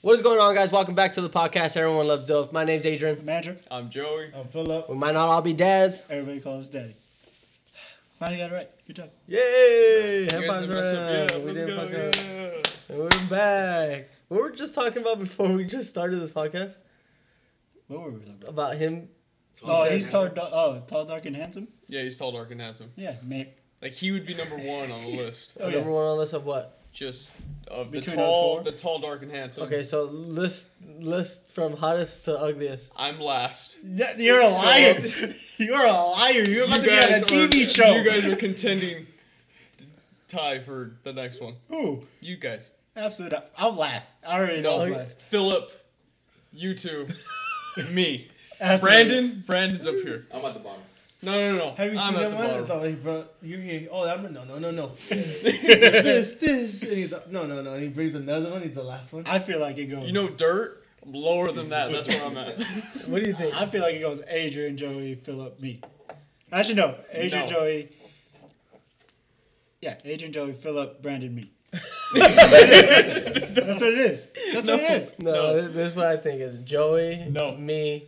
What is going on, guys? Welcome back to the podcast. Everyone loves Dilf. My name's Adrian. Manager, I'm Joey. I'm Philip. We might not all be dads. everybody calls us daddy. Finally got it right. Good job. Yay! You guys didn't mess up. Yeah, We let's didn't go. fuck up. Yeah. We're back. What were we just talking about before we just started this podcast? What were we talking about? About him. Oh, he's tall, dark, oh, tall, dark, and handsome. Yeah, he's tall, dark, and handsome. Yeah, mate. Like he would be number one on the list. Oh, Number yeah. one on the list of what? Just of the Between us tall, four? the tall, dark, and handsome. Okay, so list list from hottest to ugliest. I'm last. Yeah, You're a liar. You're a liar. You're about to be on a TV are, show. You guys are contending to tie for the next one. Who? You guys. Absolute. I'm last. I already know No, I'm Okay. last. Philip, you two, me. Absolute. Brandon, Brandon's up here. I'm at the bottom. No, no, no. Have you I'm seen at that the one? I bottom. thought, hey, bro, you here? Oh, I'm no, no, no, no. this, this. And he's like, no, no, no. And he brings another one. He's the last one. I feel like it goes. You know, dirt. I'm lower than that. That's where I'm at. What do you think? I feel like it goes Adrian, Joey, Philip, me. Actually, no. Adrian, No. Joey. Yeah, Adrian, Joey, Philip, Brandon, me. That's what it is. That's what it is. No, No. This, this is what I think is Joey, No. me,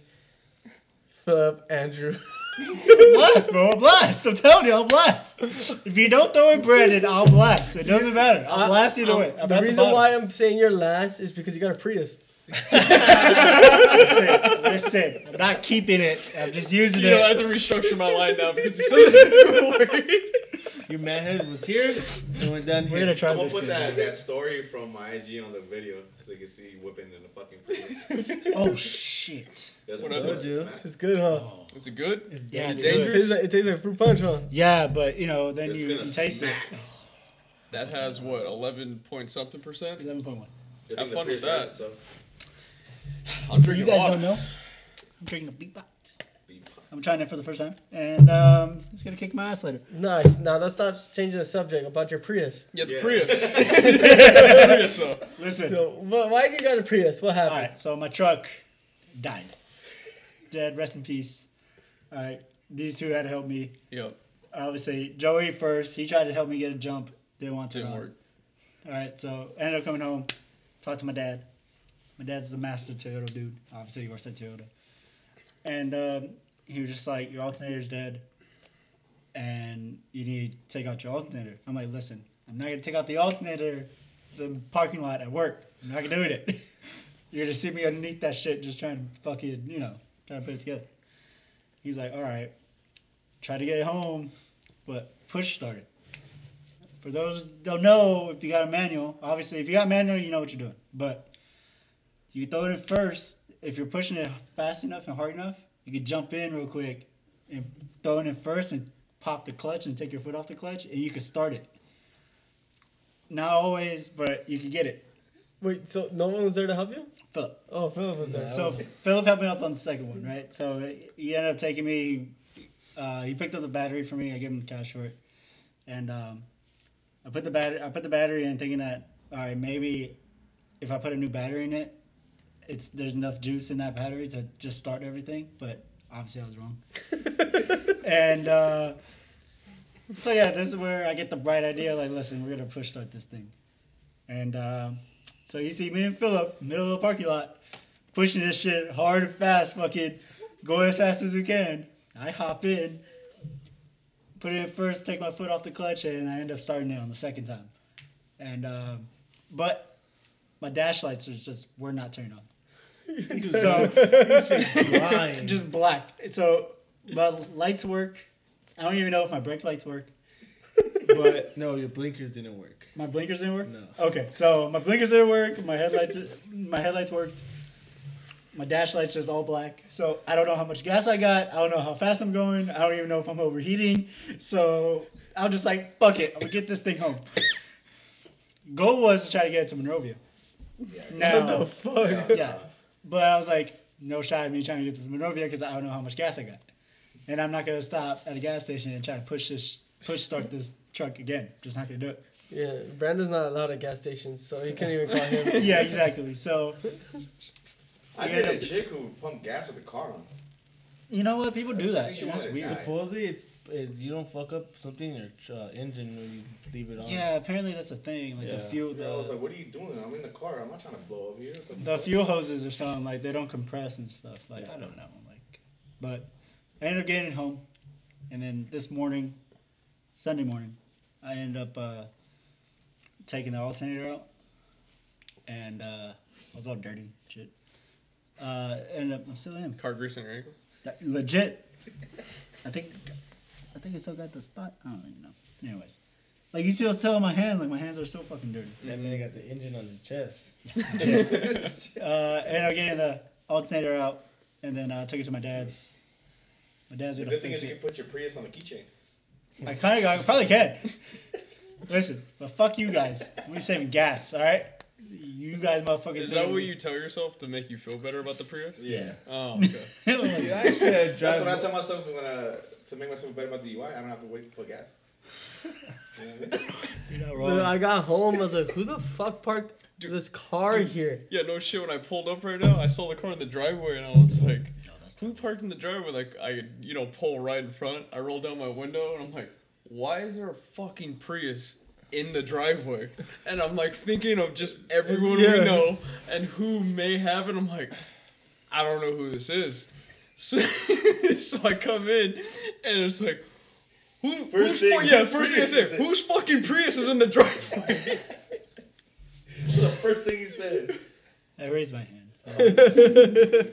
Philip, Andrew. I'm blessed, bro. I'm blessed. I'm telling you, I'm blessed. If you don't throw in Brandon, I'll blast. It doesn't matter. I'll blast either way. I'm the reason why I'm saying you're last is because you got a Prius. Listen, listen, I'm not keeping it. I'm just using You know, I it. have to restructure my line now because he said Your man head was here and went down here. We're gonna try I'm gonna this. put thing. that, that story from my IG on the video so you can see whipping in the fucking. place. Oh shit. That's What I good, told you. Oh. man. It's good, huh? Is it good? Yeah, it's It good. dangerous? tastes, like, it tastes like fruit punch, huh? Yeah, but you know, then It's you, you gonna taste it. smack. That has what, 11 point something percent? Eleven point one. Good Have thing the fun with Patriots that. had it, So I'm You drinking guys water. don't know. I'm drinking a beatbox. be pumped. I'm trying it for the first time, and um, it's gonna kick my ass later. Nice. Now let's stop changing the subject about your Prius. Yeah, the Yeah. Prius. The Prius, though. Listen. So, wh- why do you got a Prius? What All happened? right, so my truck died. Dead. Rest in peace. All right, these two had to help me. Yep, obviously Joey first. He tried to help me get a jump. Didn't want to. didn't work. All right, so I ended up coming home. Talked to my dad. My dad's the master Toyota dude. Obviously, he works at Toyota. And um, he was just like, "Your alternator's dead, and you need to take out your alternator." I'm like, "Listen, I'm not gonna take out the alternator, the parking lot at work. I'm not gonna do it. You're gonna see me underneath that shit, just trying to fucking, you know, trying to put it together." He's like, "All right, try to get it home, but push started." For those that don't know, if you got a manual, obviously if you got a manual, you know what you're doing. But you throw it in first. If you're pushing it fast enough and hard enough, you can jump in real quick and throw it in first and pop the clutch and take your foot off the clutch and you can start it. Not always, but you can get it. Wait, so no one was there to help you? Philip. Oh, Philip was there. So Philip helped me up on the second one, right? So he ended up taking me. Uh, he picked up the battery for me. I gave him cash for it, and um, I put the battery. I put the battery in, thinking that all right, maybe if I put a new battery in it, it's there's enough juice in that battery to just start everything. But obviously, I was wrong. and uh, so yeah, this is where I get the bright idea. Like, listen, we're gonna push start this thing, and um, so you see me and Philip middle of the parking lot pushing this shit hard and fast, fucking going as fast as we can. I hop in, put it in first, take my foot off the clutch, and I end up starting it on the second time. And um, but my dash lights was just were not turned on, so Lying. just black. So my lights work. I don't even know if my brake lights work, but no, your blinkers didn't work. my blinkers didn't work. No. Okay, so my blinkers didn't work. My headlights, my headlights worked. My dash lights just all black. So I don't know how much gas I got. I don't know how fast I'm going. I don't even know if I'm overheating. So I'm just like, fuck it. I'm gonna get this thing home. Goal was to try to get it to Monrovia. Yeah, Now, fuck. yeah. But I was like, no shot at me trying to get this Monrovia because I don't know how much gas I got. And I'm not gonna stop at a gas station and try to push this push start this truck again. Just not gonna do it. Yeah, Brandon's not allowed at gas stations, so you can't even call him. Yeah, exactly. So I Yeah, did no. a chick who pumped gas with the car on. You know what? People do I that. think she and that's wanted weird. to die. Supposedly, it's if you don't fuck up something in your uh, engine when you leave it on. Yeah, apparently that's a thing. Like the Yeah. fuel, Yeah, I was the, like, what are you doing? I'm in the car. I'm not trying to blow up here. What the fuck? fuel hoses or something. Like they don't compress and stuff. Like I don't know. Like, but I ended up getting home, and then this morning, Sunday morning, I ended up uh, taking the alternator out, and uh, I was all dirty, and shit. Uh, ended up, I still am Car grease on your ankles? That- legit. I think, I think it still got the spot. I don't even know. Anyways, like you see, I was telling my hand, like my hands are so fucking dirty. That man got the engine on the chest. Uh, and I'm getting the alternator out, and then uh, I took it to my dad's. My dad's The gonna good thing fix is you it. can put your Prius on the keychain. I kind of, I probably can. Listen, but fuck you guys. We saving gas, all right? You guys, motherfuckers. Is that what you tell yourself to make you feel better about the Prius? Yeah. Oh, okay. you? I should have That's drive. what I tell myself when uh, to make myself better about the UI. I don't have to wait for gas. You know what I mean? Dude, I got home. I was like, who the fuck parked this car here? Yeah, no shit. When I pulled up right now, I saw the car in the driveway, and I was like, "Who parked in the driveway?" Like I, you know, pull right in front. I roll down my window, and I'm like, "Why is there a fucking Prius in the driveway?" And I'm like thinking of just everyone Yeah. we know and who may have it. I'm like, I don't know who this is. So, so I come in, and it's like. Who, who's First thing, yeah, whose first thing I Prius say, is it? whose fucking Prius is in the driveway? That's the first thing you said. I raised my hand.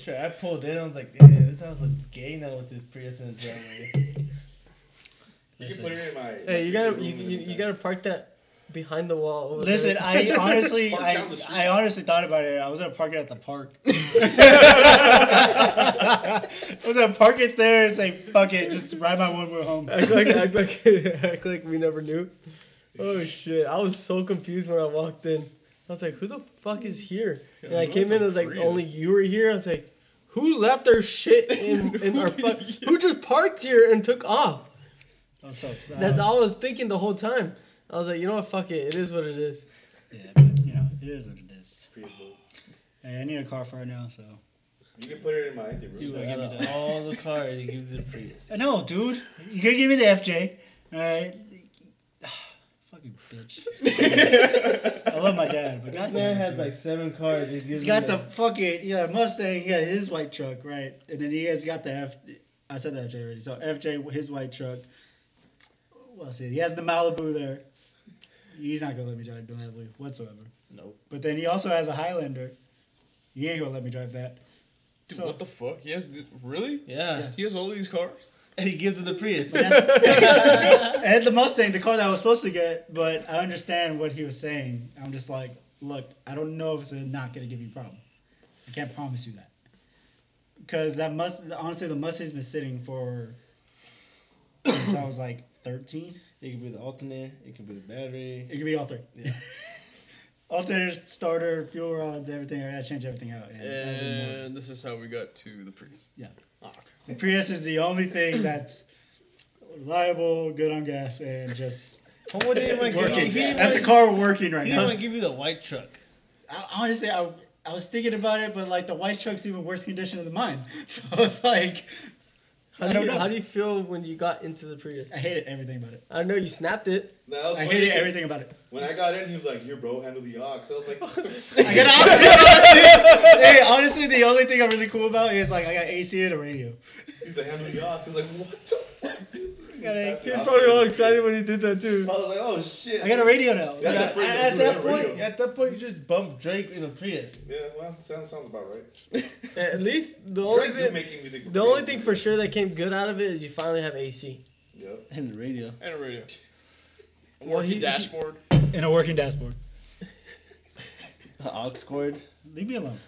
Sure, I pulled in. I was like, damn, this house looks gay now with this Prius in the driveway. You can put it in my. oh my Hey, you future gotta room you, and you, you everything. gotta park that behind the wall. Over Listen, there. I honestly, Park I, down the street. I honestly thought about it. I was gonna park it at the park. I was gonna park it there and say, "Fuck it," just ride my one wheel home. act like act like act like we never knew. Oh shit! I was so confused when I walked in. I was like, who the fuck is here? And I who came is in. a I was like, Prius? only you were here. I was like, who left their shit in in our fuck? Who just parked here and took off? I was so upset. That's all I was thinking the whole time. I was like, you know what? Fuck it. It is what it is. Yeah, but you know, it is what it is. Prius bulls. Hey, I need a car for right now, so. You can put it in my empty room. You- So give me out of that. all the cars, he gives it a Prius. I know, Uh, dude. You could give me the FJ. Alright. Fucking bitch. I love my dad, but This man goddamn. has dude. like seven cars. He gives He's got me the fucking yeah Mustang. He got his white truck, right? And then he has got the F. I said the FJ already. So FJ, his white truck. Well, see, he has the Malibu there. He's not gonna let me drive the Malibu whatsoever. Nope. But then he also has a Highlander. He ain't gonna let me drive that. Dude, So- what the fuck? He has th- really? Yeah. He has all these cars. And he gives it the Prius. I had the Mustang, the car that I was supposed to get, but I understand what he was saying. I'm just like, look, I don't know if it's not going to give you problems. I can't promise you that. Because that must, honestly, the Mustang's been sitting for since I was like 13. It could be the alternator. It could be the battery. It could be all three. Yeah. Alternator, starter, fuel rods, everything. I gotta change everything out. And that'd be more- And this is how we got to the Prius. yeah. Ah. The Prius is the only thing that's reliable, good on gas, and just Homeboy didn't even give you. working. He didn't That's the even- car working right he now. didn't even give you the white truck. I, honestly, I, I was thinking about it, but like the white truck's even worse condition than mine. So I was like, How I do don't you know. how do you feel when you got into the Prius? I hated everything about it. I know you snapped it. No, that was I funny hated 'cause everything about it. When I got in, he was like, "Here, bro, handle the aux." I was like, "What the I got an option. hey, honestly, the only thing I'm really cool about is like I got AC and a radio. He's like, handle the odds. He's like, what the fuck? I got a, He was probably all excited when he did that I too. was like, oh shit. I got a radio now. That's Yeah. a pretty at, good that radio. point, at that point, you just bumped Drake in a Prius. yeah, well, sounds sounds about right. At least the only Drake do thing making music. for The only free. thing for sure that came good out of it is you finally have AC. Yep. And the radio. And a radio. A Well, he- Working dashboard. and a working dashboard. The aux cord. Leave me alone.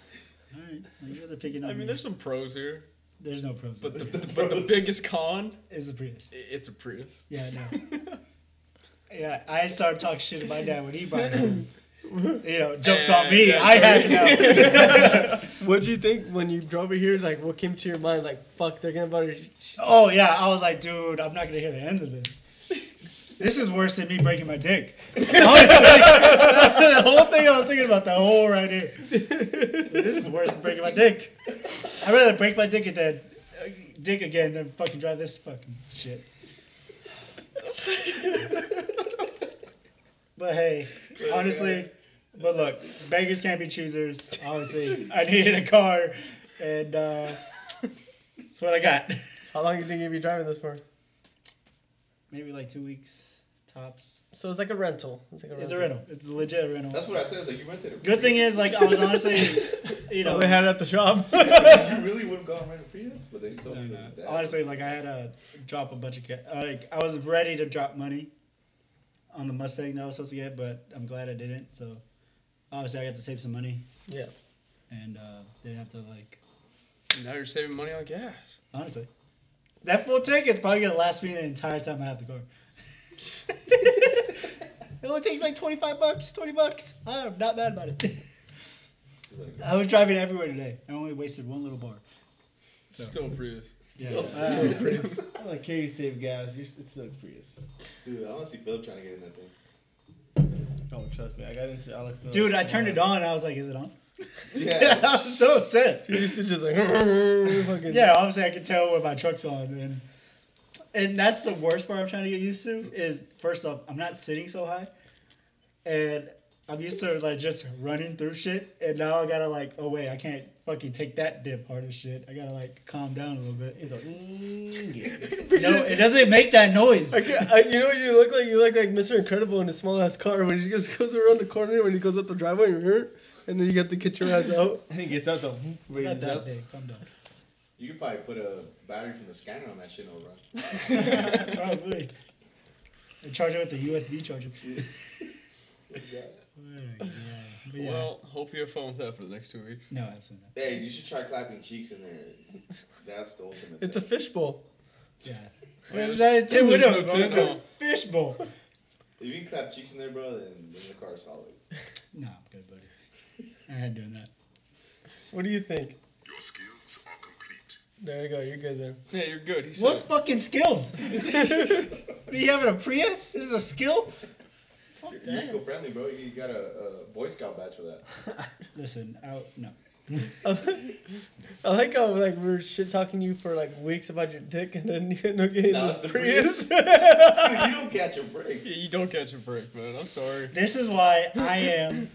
All right, you guys are picking on I mean, me. there's some pros here, There's no pros. but to it. the, but the biggest con, it's a Prius. i- it's a Prius. Yeah, no. yeah, I started talking shit to my dad when he bought it. You know, jumps on me. Yeah, I have it now. What'd you think when you drove it here? Like, what came to your mind? Like, fuck, they're gonna butter. sh- sh- Oh yeah, I was like, dude, I'm not gonna hear the end of this. This is worse than me breaking my dick. Honestly, that's the whole thing I was thinking about. The whole right here. This is worse than breaking my dick. I'd rather break my dick and then uh, dick again than fucking drive this fucking shit. But hey, honestly, but look, beggars can't be choosers. Obviously, I needed a car, and uh, that's what I got. How long do you think you'll be driving this for? Maybe like two weeks tops. So it's like a rental. It's like a rental. It's a rental. It's a legit rental. That's what I said. It's like you rented it. Good thing is, like I was honestly, you So know, they had it at the shop. you really would have gone rent a Prius, but they told me it was that. honestly, like I had to drop a bunch of ca- like I was ready to drop money on the Mustang that I was supposed to get, but I'm glad I didn't. So obviously, I got to save some money yeah. and uh, didn't have to like Now you're saving money on gas. Honestly. That full ticket's probably gonna last me the entire time I have the car. it only takes like twenty five bucks, twenty bucks. I'm not mad about it. I was driving everywhere today. I only wasted one little bar. Still a Prius. Yeah. Uh, Prius. I don't care you save gas. You're, it's still a Prius. Dude, I want to see Philip trying to get in that thing. Oh, trust me. I got into Alex. Dude, I turned it on. I was like, "Is it on?" Yeah. I was so upset. You used to just like fucking. Yeah, obviously I can tell when my truck's on, and and that's the worst part I'm trying to get used to is first off I'm not sitting so high, and I'm used to like just running through shit, and now I gotta like oh wait I can't fucking take that dip hard as shit. I gotta like calm down a little bit. It's like, No, it doesn't make that noise. I can't- I- you know what you look like? You look like Mr. Incredible in a small ass car when he just goes around the corner when he goes up the driveway and hurt, and then you got to get your ass out. and he gets out the Not raises that up. big. Calm down. You could probably put a battery from the scanner on that shit over. Probably. And charge it with the USB charger. But yeah. Well, hope you have fun with that for the next two weeks. no, absolutely not. Hey, you should try clapping cheeks in there. That's the ultimate. It's a thing. fishbowl. Yeah. Yeah, Is that a tin there's window, no bro? tin It's a though. fishbowl. if you can clap cheeks in there, bro, then, then the car's solid. No, I'm good, buddy. I had doing that. What do you think? There you go. You're good there. Yeah, you're good. He's What fucking skills? Me having a Prius is a skill? Fuck You're, you're that. eco friendly, bro. You got a, a Boy Scout badge for that. Listen, out. No. I like how like we were shit talking you for like weeks about your dick, and then you end up getting Now this it's the Prius. Dude, you don't catch a break. Yeah, you don't catch a break, man. I'm sorry. This is why I am.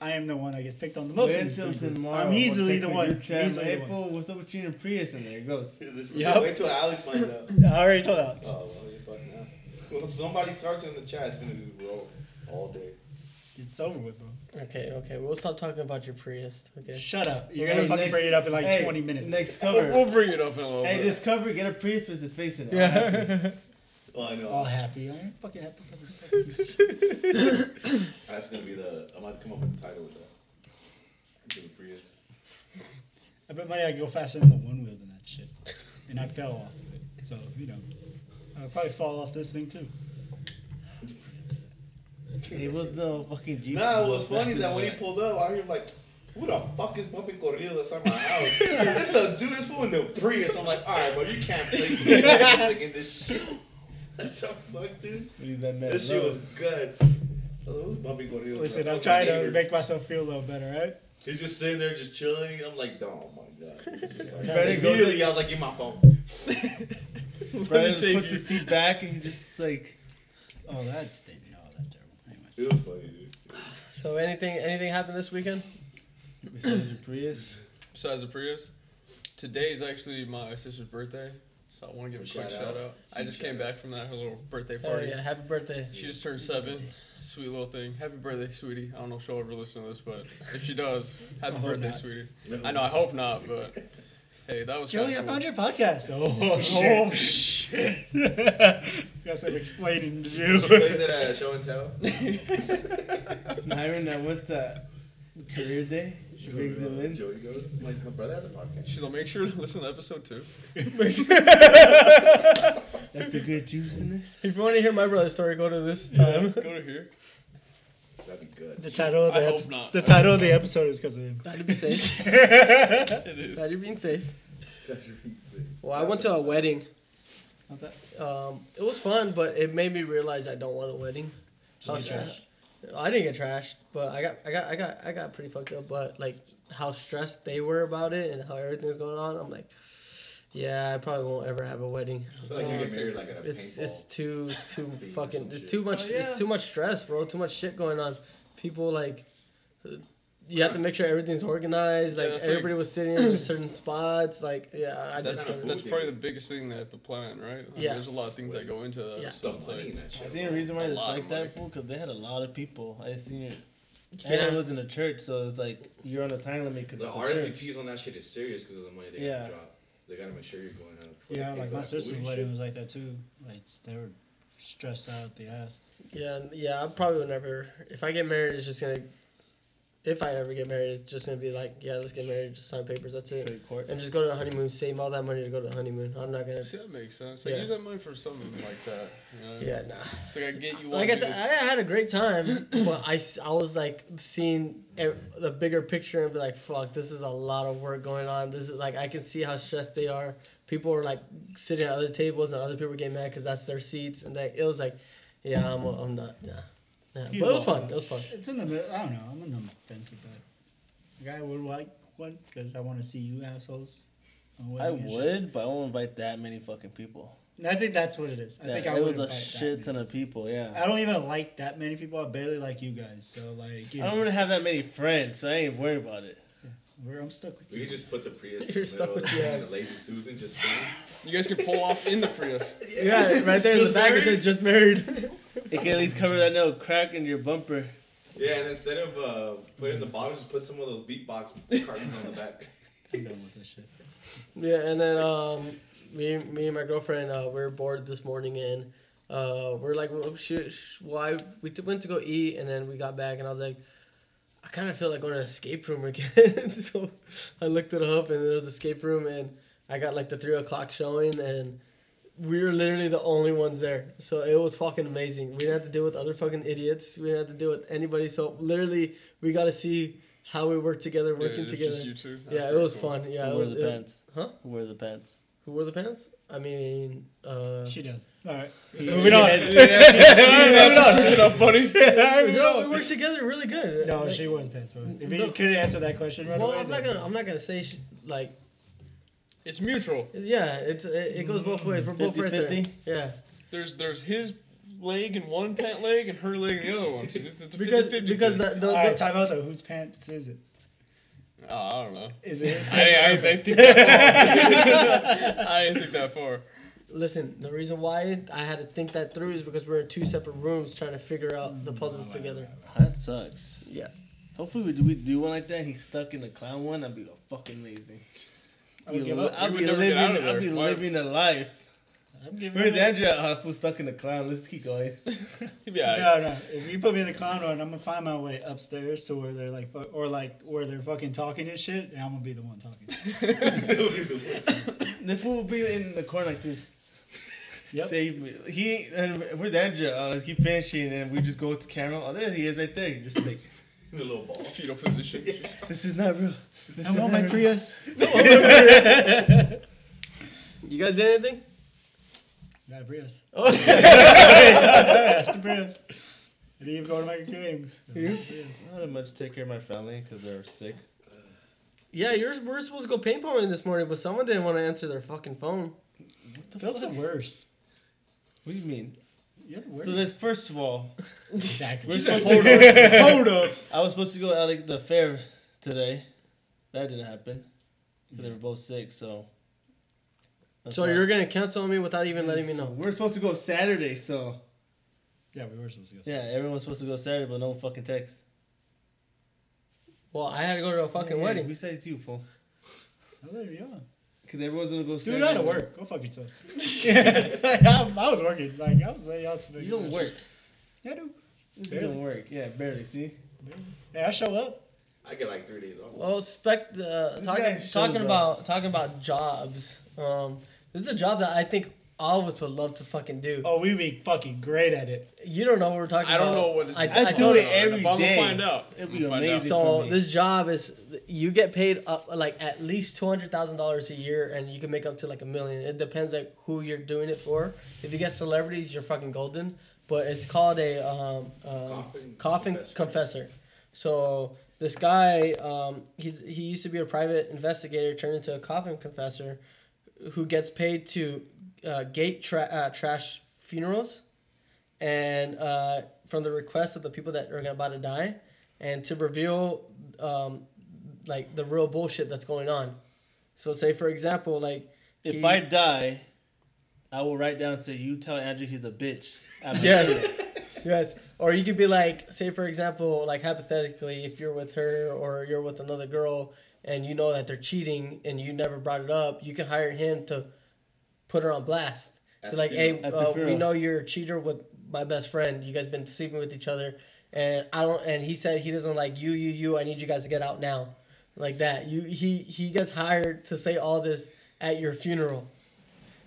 I am the one that gets picked on the most. in Wait this till group. tomorrow. I'm easily We'll the text one. group chat, Easily Hey, the one. fool, what's up with you and Prius? And there it goes. This, Yup. Wait till Alex finds out. All right, hold on. Oh, well, you fuck now. When somebody starts in the chat, it's gonna be roll all day. It's over with, bro. okay, okay. We'll stop talking about your Prius. Okay. Shut up. You're Hey, gonna fucking next- bring it up in like hey, 20 minutes. Next We'll, cover. we'll bring it up in a little hey, bit. this cover, get a Prius with his face in it. Yeah. Oh, I know. All happy. I ain't fucking happy. That's gonna be the. I'm gonna come up with the title of that. It's gonna be Prius. I bet money I could go faster than the one wheel than that shit. And I fell off of it. So, you know. I'll probably fall off this thing too. It was the fucking Jeep. Nah, what was funny is that when he pulled up, I hear like, who the fuck is bumping corridos outside my house? this a dude, this fool in the Prius. I'm like, all right, bro, you can't play some music in this shit. That's the fuck, dude? Leave that man This shit was alone. guts. I was like, Who's bumping corridos? Listen, Like, I'm trying to neighbor. make myself feel a little better, right? He's just sitting there, just chilling. I'm like, oh my god. It's just like- Brandon goes- Immediately, I was like, get my phone. Brandon Let me put save the you. seat back and he just like. Oh, that's didn't. No, that's terrible. Anyways, It was funny, dude. so anything anything happened this weekend? Besides your Prius. Besides the Prius, today is actually my sister's birthday, so I want to give a Shout quick shout out. out. I just came back from that her little birthday Oh party. yeah, happy birthday. She just turned seven. Sweet little thing. Happy birthday, sweetie. I don't know if she'll ever listen to this, but if she does, happy I hope birthday, not. sweetie. I know. I hope not, but hey, that was Joey, kinda I cool. found your podcast. Oh shit! Oh shit! Got some explaining to She do. plays it at uh, show and tell. Myron, that was the career day. She brings him in. uh, Joey goes, my, my brother has a podcast. She's like, make sure to listen to episode two. That's the good juice in there. If you want to hear my brother's story, go to this time. Go to here. That'd be good. The title of the I hope episode. not. The title of the episode is because of him. Glad to be safe. It is. Glad you're being safe. That should be sick. Well, I went to a wedding. How's that? Um, it was fun, but it made me realize I don't want a wedding. How get stra- I didn't get trashed, but I got, I got, I got, I got pretty fucked up. But like how stressed they were about it and how everything's going on, I'm like, Yeah, I probably won't ever have a wedding. I feel like you get married like at a It's paintball. it's too it's too or fucking some there's shit. too much Oh, yeah. it's too much stress, bro. Too much shit going on. People like uh, you have to make sure everything's organized. Yeah, Like that's like- everybody was sitting in certain spots. Like yeah, I That's, just kinda couldn't. food. that's probably the biggest thing that the plan, right? Like, Yeah. There's a lot of things that go into that. Yeah. It's So the it's money like, in that I shit. think the reason why A it's lot of like money. that, fool, because they had a lot of people. I seen it. Yeah. And it was in a church, so it's like you're on a time limit because The it's a church. RSVPs on that shit is serious because of the money they Yeah. gotta drop. They gotta make sure you're going out. before Yeah, they pay like for my that food sister's and wedding shit. was like that too. Like they were stressed out at the ass. Yeah, and- yeah, I probably would never. If I get married, it's just gonna. If I ever get married, it's just gonna be like, yeah, let's get married, just sign papers, that's it, Straight court. and just go to the honeymoon. Save all that money to go to the honeymoon. I'm not gonna. See, that makes sense. Like, Yeah. Use that money for something like that. You know? Yeah, nah. It's like I get you. Like I wanna do said, this- I had a great time, but I, s- I was like seeing ev- the bigger picture and be like, fuck, this is a lot of work going on. This is like I can see how stressed they are. People were like sitting at other tables and other people were getting mad because that's their seats, and like it was like, yeah, I'm, I'm not, nah. nah. But it was fun. It was fun. It's in the middle. I don't know. I'm in the fence with that. Like, I would like one because I want to see you assholes. on I wedding and shit. would, but I won't invite that many fucking people. And I think that's what it is. I Yeah, think I it would was a invite that shit many. ton of people. I Yeah, don't even like that many people. I barely like you guys. So like, I you don't know, really have that many friends, so I ain't worried about it. we're, I'm stuck with We you. could just put the Prius. You're in the stuck middle of with the the thing and ad. the lazy Susan just spinning. you guys can pull off in the Prius. Yeah, right there in the Just back it married? says just married. It can at least cover that little crack in your bumper. Yeah, and instead of uh, putting the bottom, just put some of those beatbox cartons on the back. I'm done with this shit. Yeah, and then um, me, me and my girlfriend, uh, we were bored this morning, and uh, we're like, well, she, sh why? We t- went to go eat, and then we got back, and I was like, I kind of feel like going to an escape room again. so I looked it up, and there was escape room, and I got like the three o'clock showing, and we were literally the only ones there. So it was fucking amazing. We didn't have to deal with other fucking idiots. We didn't have to deal with anybody. So literally, we got to see how we work together, Yeah, working it's together. Just you two. That's yeah, it pretty was cool. fun. Yeah, Who it wear uh, was, the it- pants? Huh? Who wear the pants? who wore the pants? I mean, uh, She does. All right. We don't. Good enough, buddy. we, no, we worked together really good. No, Like, she wears pants, bro. If No. you could answer that question right Well, away, I'm not then- gonna. I'm not gonna say she, like. It's mutual. Yeah, it's it, it goes both ways. We're both right there. 50-50? Yeah, There's there's his leg in one pant leg and her leg in the other one. Dude. It's, it's a because 50-50 because thing. the, the, All right, the time out though. Whose pants is it? Oh, I don't know. Is it his I, pants? I, I didn't think that far. I didn't think that far. listen. The reason why I had to think that through is because we're in two separate rooms trying to figure out the puzzles together. That sucks. Yeah. Hopefully we do, we do one like that. He's stuck in the clown one. I'd be fucking amazing. I would give up. I'd We be would never get out living. of I'd be there. Why- living a life. I'm giving Where's it up. Andrea? Ah, fool, stuck in the clown. Let's keep going. Yeah. No, no. If you put me in the clown one, I'm gonna find my way upstairs to where they're like, fu- or like where they're fucking talking and shit, and I'm gonna be the one talking. The fool will be in the corner like this. Yep. Save me. He ain't- and where's Andrea? Uh, keep finishing, and we just go with the camera. Oh, there he is, right there. You're just like, the little ball. Fetal position. this is not real. This I is want not my real. Prius. You guys did anything? Yeah, Prius. Oh, That's the Prius. I didn't even go to my game. I don't much take care of my family because they're sick. yeah, yours. We're supposed to go paintballing this morning, but someone didn't want to answer their fucking phone. Philip's the worst. What do you mean? You're the worst. So this, first of all, exactly. we're supposed Hold Hold on. up. I was supposed to go out like the fair today. That didn't happen. 'Cause They were both sick, so. That's So why- you're gonna cancel on me without even letting me know. We're supposed to go Saturday, so. Yeah, we were supposed to go. Yeah, everyone's supposed to go Saturday, but no one fucking text. Well, I had to go to a fucking Yeah, wedding. Besides you, fool. Oh, there you are. Because everyone's gonna go Dude, Saturday. I had to work. Go fuck yourselves. I, I was working. Like I was. I was You don't work. Yeah, dude. You Barely. don't work. Yeah, barely. See? Hey, I show up. I get like three days off. Well, spec uh, guy talking shows talking up. about talking about jobs. Um, this is a job that I think all of us would love to fucking do. Oh, we be fucking great at it. You don't know what we're talking I about. don't know what it's. I, I I do don't it know. every I'm gonna day. find out. It'd I'm be gonna find amazing. So for me. this job is you get paid up like at least two hundred thousand dollars a year, and you can make up to like a million. It depends like who you're doing it for. If you get celebrities, you're fucking golden. But it's called a um, um, Coffin coffin, confessor. confessor. So this guy, um, he's he used to be a private investigator, turned into a coffin confessor, who gets paid to uh, gate tra- uh, trash funerals, and uh, from the request of the people that are about to die, and to reveal um, like the real bullshit that's going on. So say for example, like If he- I die, I will write down and say, "You tell Andrew he's a bitch." after this." yes yes or you could be like say for example like hypothetically if you're with her or you're with another girl and you know that they're cheating and you never brought it up you can hire him to put her on blast Be At the like hey funeral. At the uh, we funeral. know you're a cheater with my best friend you guys been sleeping with each other and i don't and he said he doesn't like you you you i need you guys to get out now like that you he he gets hired to say all this at your funeral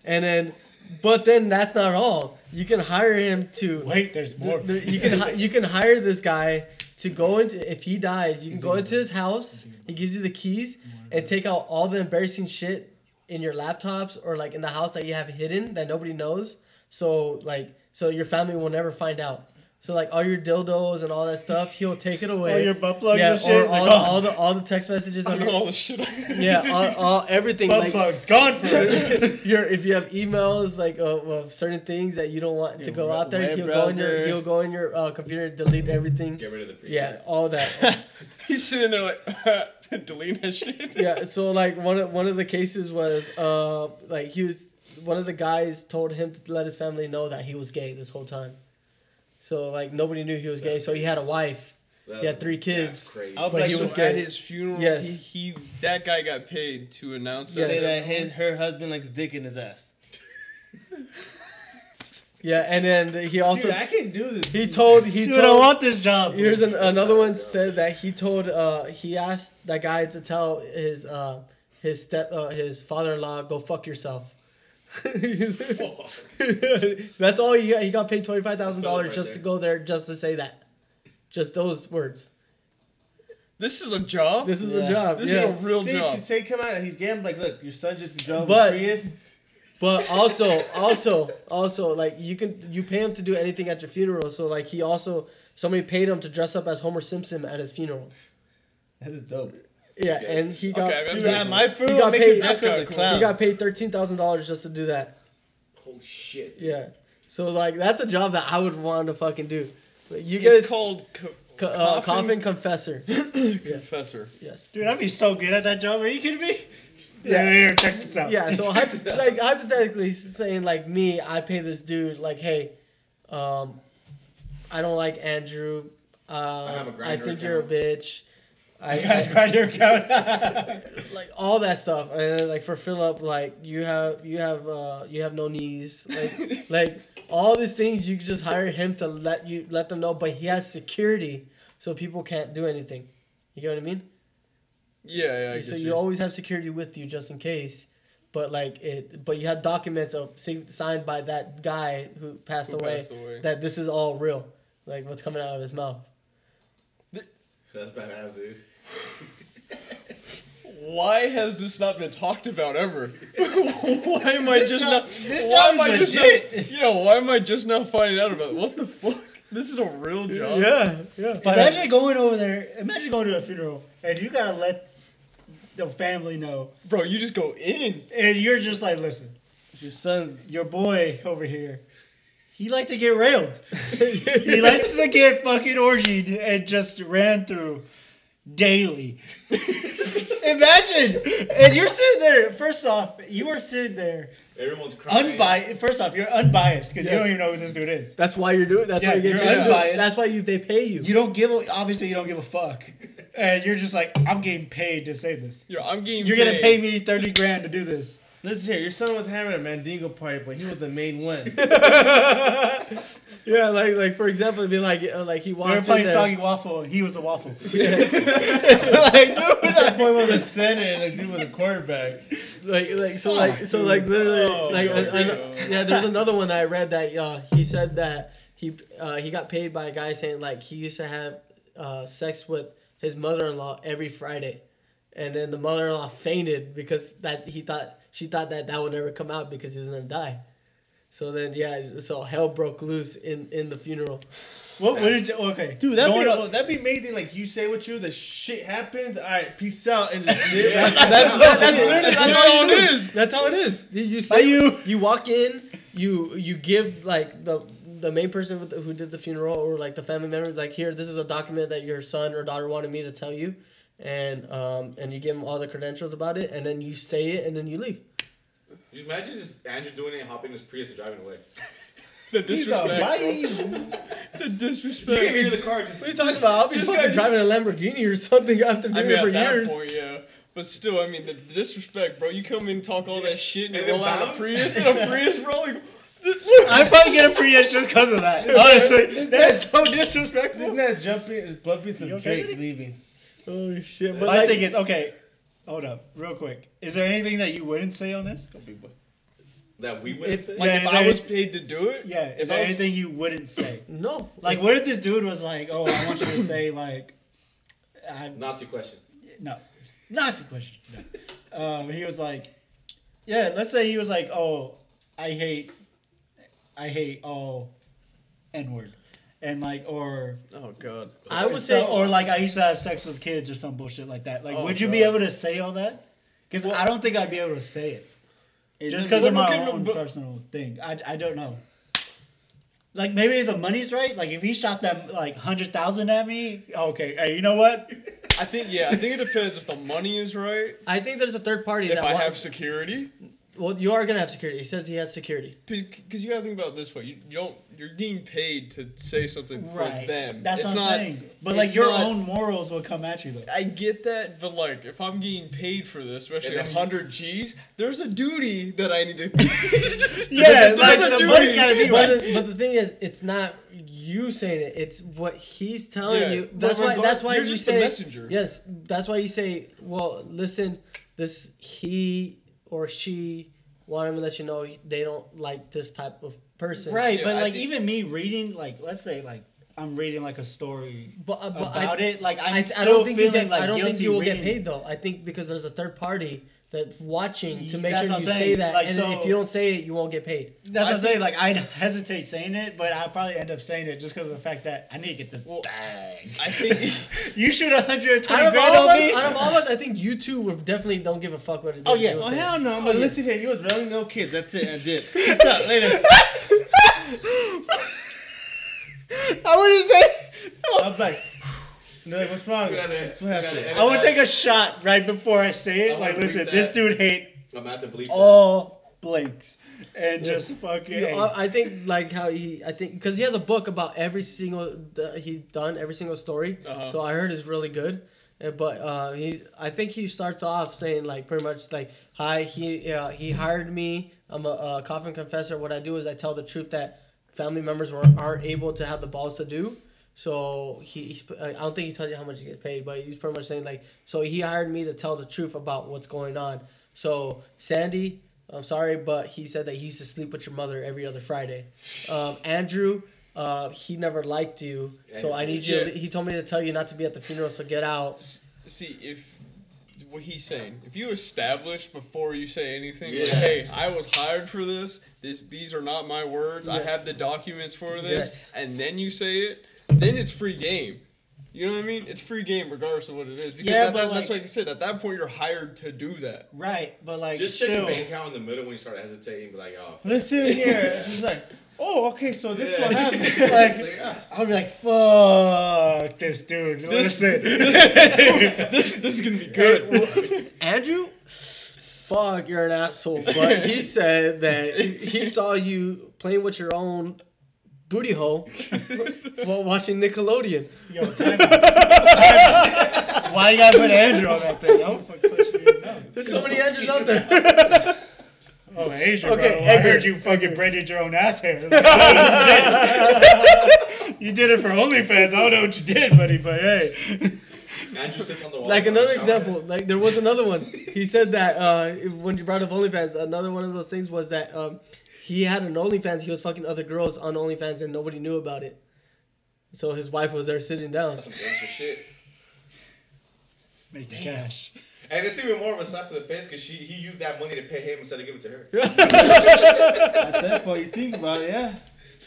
and then but then that's not all you can hire him to Wait, there's more. there- you can hi- you can hire this guy to go into if he dies, you can go into his house. He gives you the keys and take out all the embarrassing shit in your laptops or like in the house that you have hidden that nobody knows. So like so your family will never find out. So like all your dildos and all that stuff, he'll take it away. All your butt plugs yeah, and shit, oh. Or they're all, gone. all the all the text messages on I know your, all the shit. I- yeah, all, all everything Butt like plugs gone forever. your if you have emails like of, of certain things that you don't want to Your go we- out there, web he'll go in your browser. he'll go in your uh, computer, delete everything. Get rid of the pre. Yeah, all that. He's sitting there like, delete that shit. yeah, so like one of one of the cases was uh like he was one of the guys told him to let his family know that he was gay this whole time. So like nobody knew he was gay, so he had a wife. He had three kids. That's crazy. I'll be But like, he so was at gay. his funeral, Yes. he, he that guy got paid to announce Yes. say that. that his, her husband likes dick in his ass. Yeah, and then he also Dude, I can't do this. he told he Dude, I told want this job. Here's an, another one said that he told uh he asked that guy to tell his uh his step uh, his father in law go fuck yourself. That's all he got. He got paid twenty five thousand dollars That's just right to go there just to say that, just those words. This is a job. This is Yeah. a job. This yeah. is a real See, job. you say, come out. He's gambling. Like, look, your son just drove But- a Prius. But also, also, also, like you can you pay him to do anything at your funeral. So like he also somebody paid him to dress up as Homer Simpson at his funeral. That is dope. Yeah, Okay. and he got Okay, that's Dude, good. at my He funeral, got I'm paid. making dress That's as a kinda cool. clown. he got paid thirteen thousand dollars just to do that. Holy shit. Yeah. So like that's a job that I would want to fucking do. Like, you guys it's called co- co- uh, coffin coffin confessor. confessor. yes. Dude, I'd be so good at that job. Are you kidding me? Yeah. Yeah, here, check this out. Yeah. So hypo- like hypothetically saying like me, I pay this dude like, hey, um, I don't like Andrew. Um, I, have a Grindr think you're a account." bitch. I, I gotta I grind your account. like all that stuff, and then, like for Philip, like you have you have uh you have no knees, like like all these things you could just hire him to let you let them know, but he has security, so people can't do anything. You get what I mean? Yeah, yeah. I so get you. you. always have security with you just in case. But like it, but you have documents of sig- signed by that guy who passed, Who away, passed away. that this is all real, like what's coming out of his mouth. That's badass, dude. Why has this not been talked about ever? why am I just not? this Why job am I is just not? You know, why am I just now finding out about it? What the fuck? This is a real job. Yeah, yeah. Imagine going over there. Imagine going to a funeral and you gotta let the family know. bro, you just go in. And you're just like, listen, Your son's your boy over here, he liked to get railed. he likes to get fucking orgied and just ran through daily. Imagine, and you're sitting there. First off, you are sitting there Everyone's crying. unbiased. First off, you're unbiased because you Yes. don't even know who this dude is. That's why you're doing. That's Yeah, why you get you're paid. unbiased. That's why you they pay you. You don't give. a Obviously, you don't give a fuck, and you're just like, I'm getting paid to say this. Yo, I'm getting. You're gonna pay me thirty grand to do this. listen here. Your son was having a mandingo party, but he was the main one. yeah, like like for example, it'd be like uh, like he They were walks in playing there. soggy waffle, and he was a waffle. that boy was a center and the dude was a quarterback. like like so like so like literally like an, an- yeah there's another one that i read that uh, he said that he uh, he got paid by a guy saying like he used to have uh, sex with his mother-in-law every friday and then the mother-in-law fainted because that he thought she thought that that would never come out because he was gonna die so then yeah so hell broke loose in in the funeral What, what did you? Okay, Dude, that'd Going be, up- oh, that'd be amazing. Like you say what you, the shit happens. All right, peace out, and just live. Like, that's that's, that's, literally- that's That's how how you do it it is. That's how it is. You, you Are say you? you walk in, you you give like the the main person with the, who did the funeral or like the family member like here this is a document that your son or daughter wanted me to tell you, and um and you give them all the credentials about it and then you say it and then you leave. You imagine just Andrew doing it, hopping in his Prius and driving away. The He's a disrespect. bro. vibe. The You can hear disrespect. the car just. What are you talking about? I'll be This fucking guy just- driving a Lamborghini or something after I doing mean, it for at that years. point, yeah. But still, I mean, the disrespect, bro. You come in, talk all that shit, and, And you then roll out a bounce? Prius, and a Prius, bro. Like, I probably get a Prius just because of that. Honestly, that's Oh, so disrespectful. Isn't that jumping? It's bumping some You okay, Drake leaving. Oh shit! But My like, thing is, okay, hold up, real quick. Is there anything that you wouldn't say on this? That we wouldn't It- say? Like Yeah, if is I there- was paid to do it, Yeah, If is there I was, anything you wouldn't say? no, Like, what if this dude was like, oh, I want you to say, like, I, Nazi question. no, Nazi question. No. Um, he was like, yeah, let's say he was like, oh, I hate, I hate all N word. And like, or oh god, I would so- say or like, I used to have sex with kids or some bullshit like that. Like, Oh, would you be God. able to say all that? Because I don't think I'd be able to say it. just because what of my do you own give a bu- personal thing. I, I don't know. Like maybe if the money's right. Like if he shot that like hundred thousand at me, okay. Hey, you know what? I think yeah, I think it depends if the money is right. I think there's a third party If that I wa- have security, well, you are gonna have security. He says he has security. because you gotta think about it this way. You don't. You're getting paid to say something Right. for them. That's It's what I'm not- saying. But like it's your not- own morals will come at you though. I get that, but like, if I'm getting paid for this, especially And then- hundred G's, there's a duty that I need to. Yeah, There's like a the duty. money's gotta be but, right. the, but the thing is, it's not you saying it; it's what he's telling Yeah. you. That's Well, why. That's why you're you just the say messenger. Yes, that's why you say. Well, listen, this he or she wanted me to let you know they don't like this type of person. Right, Yeah, but I like think- even me reading, like let's say like I'm reading like a story But, uh, but about I, it, like I'm I, I still don't think you feeling get, like I don't guilty think you will get reading. paid though. I think because there's a third party that's watching to make That's sure what you I'm say saying. that, Like, and so- if you don't say it, you won't get paid. That's I what I'm saying. Like I'd hesitate saying it, but I'll probably end up saying it just because of the fact that I need to get this Well, bag. I think. You shoot 120 Out of, grand all of on us, me? out of all of us, I think you two were definitely don't give a fuck what it is. Oh, yeah. you were Oh, Oh saying. hell no! I'm like, listen here. You was running no kids. That's it. I did. Peace out later. I wouldn't say. I'm like, no, like, what's wrong? You gotta- What's what happened? you gotta- I would take a shot right before I say I it. Like, wanna listen, read this that. dude hate I'm gonna have to bleep all blanks and just fucking. You- uh, I I think like how he, I think because he has a book about every single that he done every single story. Uh-huh. So I heard is really good, And- but uh, he, I think he starts off saying like pretty much like, "Hi, he uh, he hired me. I'm a, a coffin confessor. What I do is I tell the truth that family members were, aren't able to have the balls to do." So he, he's, uh, I don't think he tells you how much you get paid, but he's pretty much saying like, so he hired me to tell the truth about what's going on. So Sandy, I'm sorry, but he said that he used to sleep with your mother every other Friday. Um, Andrew, uh, he never liked you, so I need you. Yeah. To, he told me to tell you not to be at the funeral, so get out. See if what he's saying. If you establish before you say anything, like, Yeah. hey, I was hired for this. This these are not my words. I Yes. have the documents for Yes. this, and then you say it. Then it's free game. You know what I mean? It's free game regardless of what it is. Because Yeah, at but that, that's like- like I said. At that point, you're hired to do that. right, but like, Just check your still. bank account in the middle when you start hesitating. Be like, oh. Listen here. She's like, oh, okay. So this is what happened. Like, I'll be like, fuck this dude. listen. This this is gonna be good. Andrew, fuck, you're an asshole. But he said that he saw you playing with your own booty hole while watching Nickelodeon. Yo, time out. Why you gotta put Andrew on that thing? I don't fucking touch you. No. There's so many Andrews out there. Oh, Asia, Okay, bro. I Edgar. heard you fucking braided your own ass hair. you did it for OnlyFans. I don't know what you did, buddy, but hey. Andrew sits on the wall. like in front of another the shower. example, like there was another one. He said that uh, when you brought up OnlyFans, another one of those things was that um, he had an OnlyFans. He was fucking other girls on OnlyFans, and nobody knew about it. So his wife was there sitting down. Some gangster shit. Make the cash. And it's even more of a slap to the face because she he used that money to pay him instead of giving it to her. At that point, you think about it, yeah.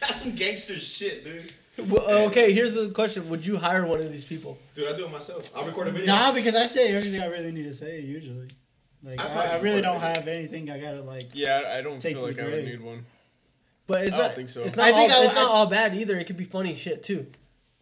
That's some gangster shit, dude. Well, okay, here's the question: Would you hire one of these people? Dude, I do it myself. I'll record a video. Nah, because I say everything I really need to say usually. Like I I, probably I really would. don't have anything I gotta like. Yeah, I- I don't Take feel to like the I would grave. need one. But it's I don't not. think so. It's not I think all, I- it's not I- all bad either. It could be funny shit too.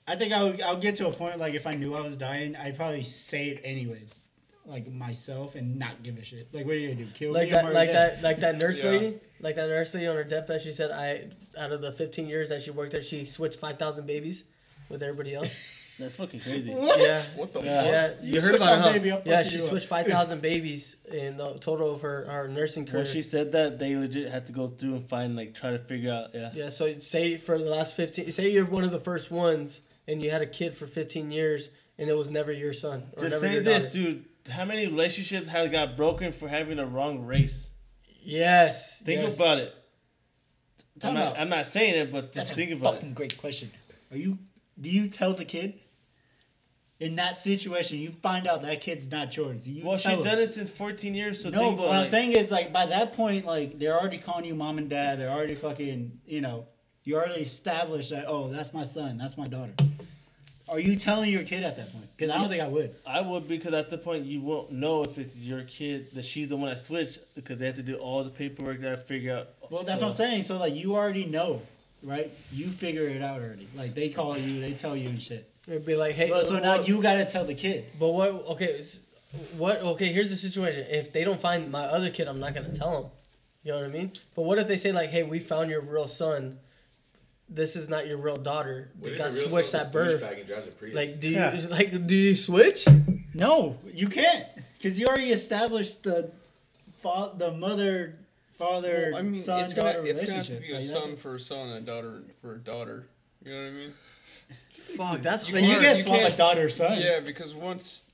I think I would, I'll get to a point like if I knew I was dying, I'd probably say it anyways, like myself and not give a shit. Like what are you gonna do? Kill Like me? that, I'm like already dead. that, like that nurse Yeah. lady, like that nurse lady on her deathbed. She said, "I out of the 15 years that she worked there, she switched 5,000 babies with everybody else." That's fucking crazy. What? Yeah. What the Yeah. fuck? Yeah, you, You heard switched about that it, huh? baby up, yeah, fuck she you up. switched 5,000 babies in the total of her, her nursing career. When she said that, they legit had to go through and find, like, try to figure out. Yeah. Yeah, so say for the last 15, say you're one of the first ones and you had a kid for 15 years and it was never your son or Just never say your this, daughter. dude. How many relationships have got broken for having a wrong race? Yes. Think yes. about it. I'm Time not, out. I'm not saying it, but That's just think a about fucking it. great question. Are you? Do you tell the kid? In that situation, you find out that kid's not yours. Do you Well, she tell him? done it since 14 years, so No, think but about what I'm like, saying is like by that point, like they're already calling you mom and dad. They're already fucking, you know, you already established that. Oh, that's my son. That's my daughter. Are you telling your kid at that point? Because I don't think I would. I would because at the point you won't know if it's your kid that she's the one that switched because they have to do all the paperwork that I figure out. Well, that's what I'm So, saying. So like you already know, right? You figure it out already. Like they call you, they tell you and shit. It'd be like, hey, But so now what- you gotta tell the kid. But what, okay, s- what, okay, here's the situation. If they don't find my other kid, I'm not going to tell them. You know what I mean? But what if they say, like, hey, we found your real son. This is not your real daughter. What They if got a real switched son's a at birth. douchebag and drives a Prius? Like, do you, Yeah. like, do you switch? No, you can't, because you already established the, fa- the mother, father, Well, I mean, son, it's gonna, daughter it's relationship. gonna have to be a Like, that's- son for a son and a daughter for a daughter. You know what I mean? Fuck, that's hard. Like, you Or can't you swap a can't- daughter or son. Yeah, because once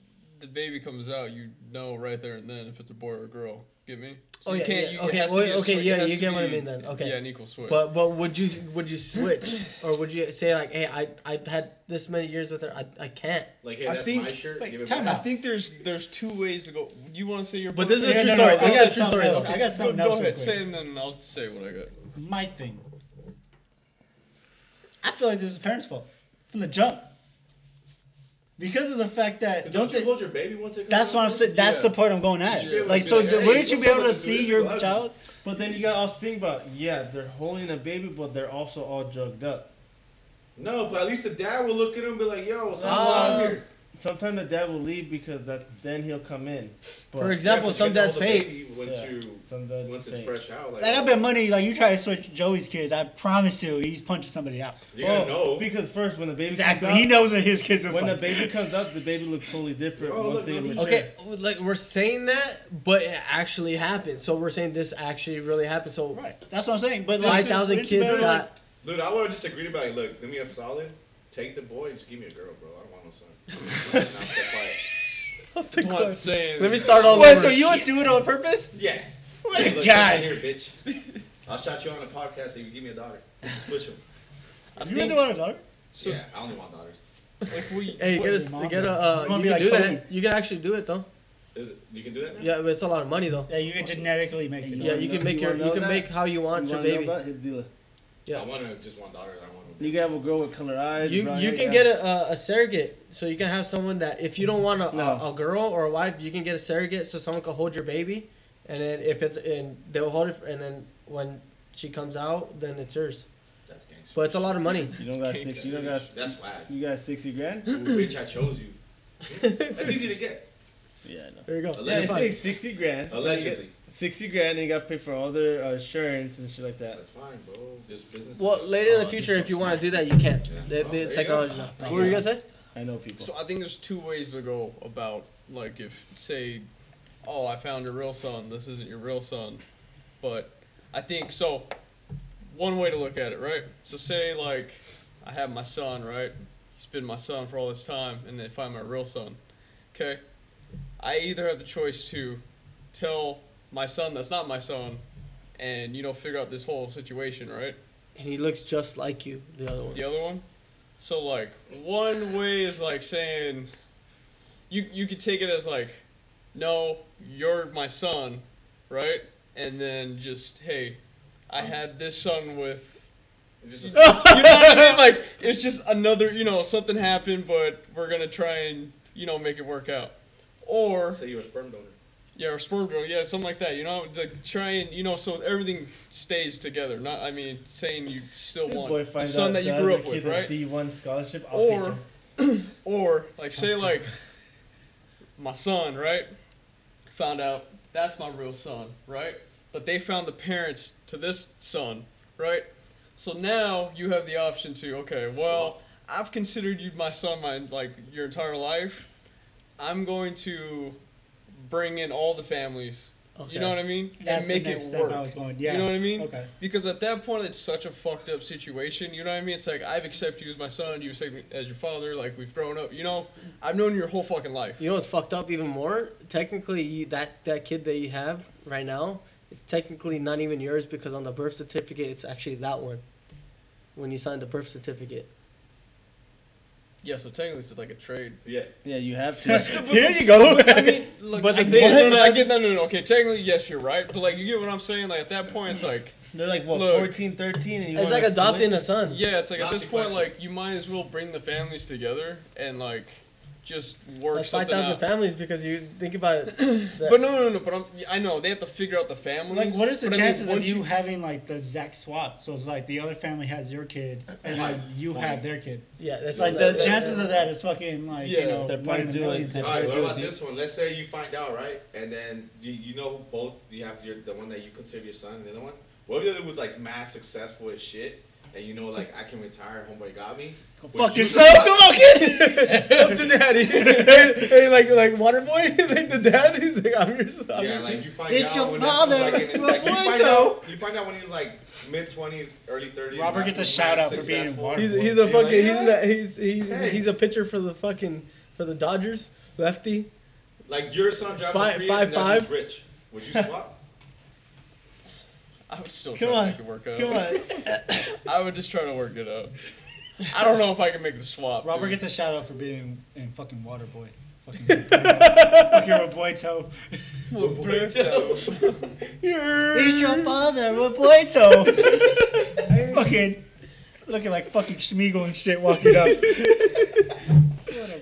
the baby comes out, you know right there and then if it's a boy or a girl. Get me? Oh, you yeah, can't- yeah. you- it Okay, has to be well, a okay, switch- it yeah, has you to get what I be- mean then. Okay. Yeah, an equal switch. But but would you would you switch or would you say like, hey, I I've had this many years with her, I, I can't. like hey, I that's think- my shirt. wait, give it time back. I think there's there's two ways to go. You want to say your But book? this is a Yeah, true no, no, story. I I got got a true something story. else. Okay. I got go, something go else. real ahead, quick. say it, and then I'll say what I got. My thing. I feel like this is parents' fault from the jump because of the fact that Don't, don't you they. hold your baby once it comes That's what I'm saying. That's Yeah. the part I'm going at. You should be able Like, to so be d- like, wouldn't hey, you be what's able up to with the see dude? your Well, child? But then you gotta also think about yeah, they're holding a baby, but they're also all drugged up. No, but at least the dad will look at him and be like, yo, what's up Ah. out here? Sometimes the dad will leave because that's then he'll come in. But For example, Yeah, but you some can dads hold the fake. baby Once Yeah, you some dads once it's fake. fresh out, like, Like, I bet money, like, you try to switch Joey's kids, I promise you, he's punching somebody out. you gotta Well, know. oh, because first when the baby Exactly. comes He out, knows that his kids are when the fighting. baby comes up, the baby looks totally different Oh, once look, they look, mature. Okay, like we're saying that, but it actually happened. So we're saying this actually really happened. So Right. That's what I'm saying. But like, five thousand it's kids better, got. like, Dude, I would have just agreed about it. Look, give me a solid. Take the boy and just give me a girl, bro. I don't want no son. I'm so quiet. I'm not saying. Let me start all Wait, over. so you would do it on purpose? Yeah. What a Hey, look, guy. listen Here, bitch. I'll shout you on a podcast if you give me a daughter. Push him. You really want a daughter? So- yeah, I only want daughters. Like we, Hey, What get is us, mom get doing? a. Uh, You you wanna can be do like that. You can actually do it though. Is it, you can do that now? Yeah, but it's a lot of money though. Yeah, you can genetically make the Yeah, daughter. you know- can make you your, wanna you know can that? make how you want You your wanna know baby. about his dealer? I Yeah, want to just want daughters. I don't want to You can have a girl with color eyes. you brown you hair, can yeah. get a, a, a surrogate, so you can have someone that if you don't want a, No. a, a girl or a wife, you can get a surrogate so someone can hold your baby, and then if it's and they'll hold it, and then when she comes out, then it's yours. That's gangster. But it's a lot of money. You don't got It's six. cake, You don't got. That's swag. You got sixty grand. Ooh, bitch, I chose you. That's easy to get. Yeah, I know. There you go. Yeah, Allegedly. it's Fine. like sixty grand. Allegedly. Sixty grand, and you got to pay for all their uh, insurance and shit like that. That's fine, bro. This business. Well, later in the future, if you want to do that, you can. The, Oh, the there you technology. go. now. What were you gonna say? I know people. So I think there's two ways to go about like if say, oh I found your real son. This isn't your real son, but I think so. One way to look at it, right? So say like I have my son, right? He's been my son for all this time, and then find my real son. Okay, I either have the choice to tell my son that's not my son, and you know figure out this whole situation, right? And he looks just like you, the other one. The other one? So like one way is like saying you you could take it as like, no, you're my son, right? And then just hey, I had this son with It's just a, You know what I mean? Like it's just another, you know, something happened, but we're gonna try and you know make it work out. Or say you're a sperm donor. yeah, or sperm donor, yeah, something like that. You know, like try and you know, so everything stays together. Not, I mean, saying you still Your want boy finds son out that you dad's grew a up with, kid at right? D1 scholarship. I'll take Or, him. or like say like my son, right? Found out that's my real son, right? But they found the parents to this son, right? So now you have the option to okay, well, I've considered you my son my like your entire life. I'm going to bring in all the families. Okay. You know what I mean? That's and make the next it step work. I was going. Yeah. You know what I mean? Okay. Because at that point, it's such a fucked up situation. You know what I mean? It's like I've accepted you as my son, you accept me as your father. Like we've grown up. You know, I've known you your whole fucking life. You know what's fucked up even more? Technically, you, that that kid that you have right now is technically not even yours because on the birth certificate it's actually that one. When you signed the birth certificate, Yeah, so technically, it's like a trade. Yeah. Yeah, you have to. Here you go. I mean, look, But I the get- thing- no, no, no, I get no, no, no. Okay, technically, yes, you're right. But like, you get what I'm saying? Like at that point, it's like, They're like, what, Look. fourteen, thirteen, 14, 13, and you it's wanna like adopting a switch? son. yeah, it's like at Lots this of point, questions. like you might as well bring the families together and like just work That's five something thousand out. families because you think about it. that- but no, no, no. But I'm, I know they have to figure out the families. Like, what is the but I mean, chances of once you, having like the exact swap? So it's like the other family has your kid, and then you have their kid. yeah, that's It's like the that- that's- chances of that is fucking like Yeah, you know they're one in a probably doing million. type that. All right. Sure, What dude, about dude. this one? Let's say you find out, right, and then you, you know both you have your the one that you consider your son and the other one. What if the other was like mad successful as shit, and you know like I can retire, homeboy got me. Would Fuck you- yourself. Come on, kid. Up to daddy. hey, hey, like like water boy, like the dad. He's like, I'm your son. Yeah, like you find It's out your when father, Like, in- like, you, find Roberto. out, you find out when he's like mid twenties, early thirties. Robert gets a shout out for being involved. He's, he's a Be like, fucking he's, yeah. a, he's he's Hey. he's a pitcher for the fucking for the Dodgers lefty. Like your son drives Five- a Prius five- and now he's five. rich. Would you swap? I would still Come try on. to make it work out. Come on. I would just try to work it out. I don't know if I can make the swap. Robert dude. gets a shout out for being in fucking Waterboy. Fucking fucking Roboito. He's your father, Roboito. fucking looking like fucking Schmiegel and shit walking up.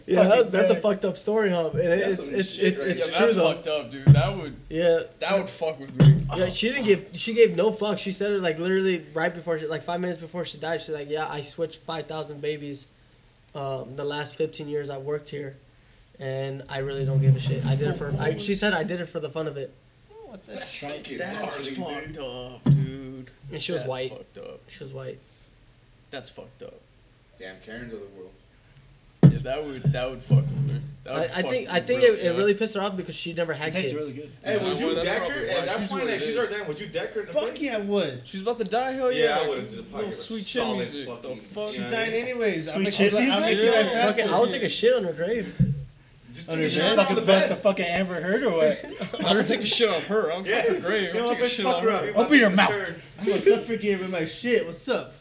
Yeah, Fucking that, that's a fucking bad. fucked up story, huh? And it, That's it's some it's shit it's, right it's yeah, true that's though. fucked Oh. up, dude. That would Yeah, that would fuck with me. yeah. She didn't give. She gave no fuck. She said it like literally right before she, like five minutes before she died. She's like, yeah, I switched five thousand babies, um, the last fifteen years I worked here, and I really don't give a shit. I did it for. I, she said I did it for the fun of it, What's That's that? fucking That's gnarly, fucked dude. up, dude. and she was That's white. Fucked up. She was white. That's fucked up. Damn, Karens of the world. Yeah, that would that would fuck with me. That I, would I fuck think with I me think real it, it bad. really pissed her off because she never had It tastes kids. really good. Hey, Yeah, would you well, that's deck her? probably At why. that She's point, what like, it she's is. already done. Would you deck her in the Fuck face? yeah, I would. She's about to die. Hell Yeah, yeah. I like, would've just probably little give her sweet chin solid music. The fucking- fuck. Yeah. She died anyways. I'm Sweet like, I'm chilies? like, Yeah. I'm Fucking like, Fucking, I would take a shit on her grave. Just take Oh, a there's shit that on Fucking the best bed. of fucking Amber Heard or what? I'm gonna take a shit off her. I'm Yeah. fucking grave. Yo, I'm taking a bitch, shit fuck on her up. her. You're about Open to your disturb- I'm gonna suffocate with my shit. What's up?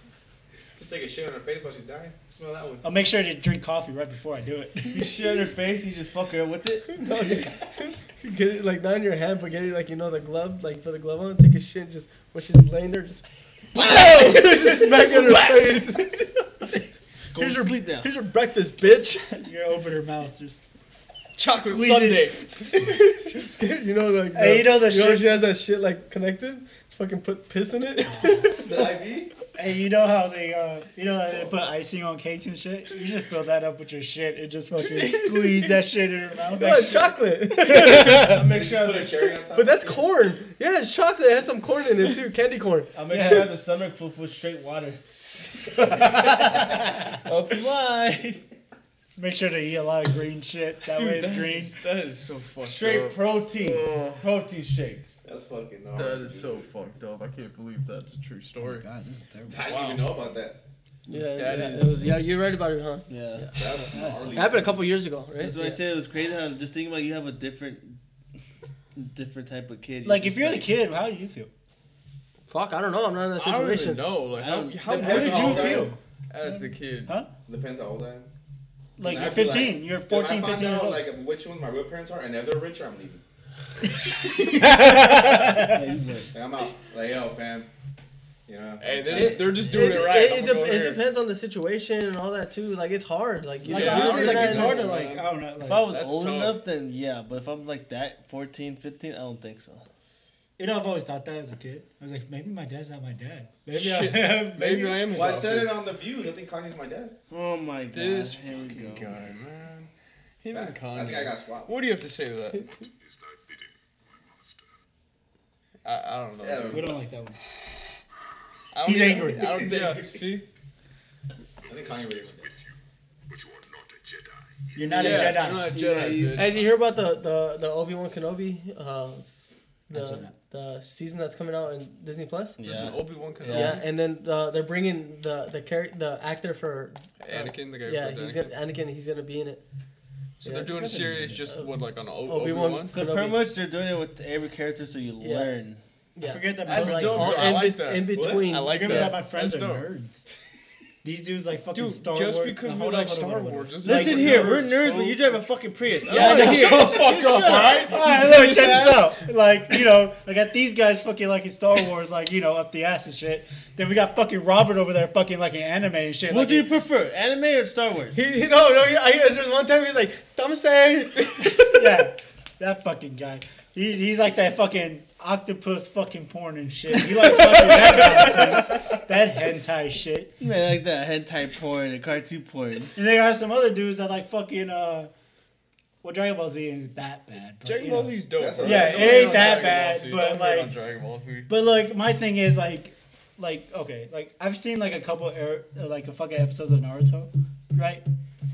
Just take a shit on her face while she's dying. Smell that one. I'll make sure to drink coffee right before I do it. You shit on her face, you just fuck her up with it. No, just- get it like not in your hand, but get it like you know the glove, like put the glove on, take a shit, and just when she's laying there, just just smack in her face. Go Here's to your- sleep now. Here's your breakfast, bitch. You're open her mouth. Just Chocolate Squeeze Sunday. you know like Hey, you know the you know shit- she has that shit like connected. Fucking put piss in it. The IV? hey, you know how they uh, you know how they put icing on cakes and shit. You just fill that up with your shit and just fucking squeeze that shit in her mouth. No, it's chocolate. I'll make sure I Put a have the, cherry on top. But that's corn. Yeah, it's chocolate. It has some corn in it too. Candy corn. I'll make sure I have the stomach full full of straight water. Open wide. Make sure to eat a lot of green shit. That way it's green. That is so fucked Straight up. protein. Protein shakes. That's fucking gnarly. That is so dude. fucked up. I can't believe that's a true story. God, this is terrible. I didn't even know about that. Yeah, That yeah, is- it was- yeah, you're right about it, huh? Yeah. That's gnarly. It happened a couple years ago, right? That's why I Yeah. said it was crazy how just thinking about you have a different different type of kid. Like, just if you're the kid, how do you feel? Fuck, I don't know. I'm not in that I don't even situation. know. Like I how don't- how the- How would did Depends you you on how feel? old as the kid? Huh? Depends how old I am. Like, I'd you're be like, 15. you're If 14, I find 15 years out, old. like which one my real parents are, and if they're richer, I'm leaving. Yeah, you would. Like, I'm out. Like yo, fam. You know? Hey, they're just, they're just It- doing it, right. It, I'm it, gonna dep- go it here. depends on the situation and all that too. Like it's hard. Like you Like Yeah. honestly, like it's Yeah. hard to like. I don't know. Like, If I was That's old tough. enough, then yeah. But if I'm like that, 14, 15, I don't think so. You know, I've always thought that as a kid. I was like, maybe my dad's not my dad. Maybe Shit. I am. Maybe I am. a Well, I doctor. said it on the views. I think Kanye's my dad. Oh my god. This Here we fucking go. guy, man. Him and Facts. I think I Kanye. got swapped. What do you have to say to that? I, I don't know. Yeah. We don't like that one. I don't He's even- angry. I don't, He's yeah, angry. see? I think Kanye was my dad. You're not yeah, a Jedi. I'm not a Jedi, bitch. Hey, did you hear about the the, the Obi Wan Kenobi, uh, That's the right. the season that's coming out on Disney Plus? Yeah. There's an Yeah. Obi-Wan Kenobi. and then uh, they're bringing the the char- the actor for Anakin, the guy yeah who plays he's Anakin. gonna Anakin he's gonna be in it. so yeah. they're doing a series just what, like on O- Obi-Wan Obi-Wan? So Kenobi. pretty much they're doing it with every character, so you Yeah. learn. Yeah. I forget that. That's my- like, dope, all bro. I in, like be- that. in What? between. I like remember that. that my friends That's are dope. nerds. These dudes like fucking Dude, Star just Wars. because No, we hold on, like hold on, Star hold on. Wars doesn't Listen mean here, we're nerds, fool. but you drive a fucking Prius. I Yeah, I don't wanna know. hear Shut it. the fuck up, alright? Alright, look, Oh check this out. Like, you know, I got these guys fucking liking Star Wars, like, you know, up the ass and shit. Then we got fucking Robert over there fucking liking anime and shit. What like, do you prefer, anime or Star Wars? He, he, no, no. He, I, there's one time he's like, "I'm saying." yeah, that fucking guy. He's, he's like that fucking octopus fucking porn and shit. He likes fucking that nonsense. That hentai shit. Man, like that hentai porn and cartoon porn. And there are some other dudes that like fucking, uh, well, Dragon Ball Z ain't that bad. But, Dragon you Ball know. Z's dope. That's bro. a- Yeah, Don't it hate ain't on that Dragon Ball bad, Z. but, Don't hate on like- Dragon Ball Z. But like my thing is like like okay like I've seen like a couple er- like a fucking episodes of Naruto, right?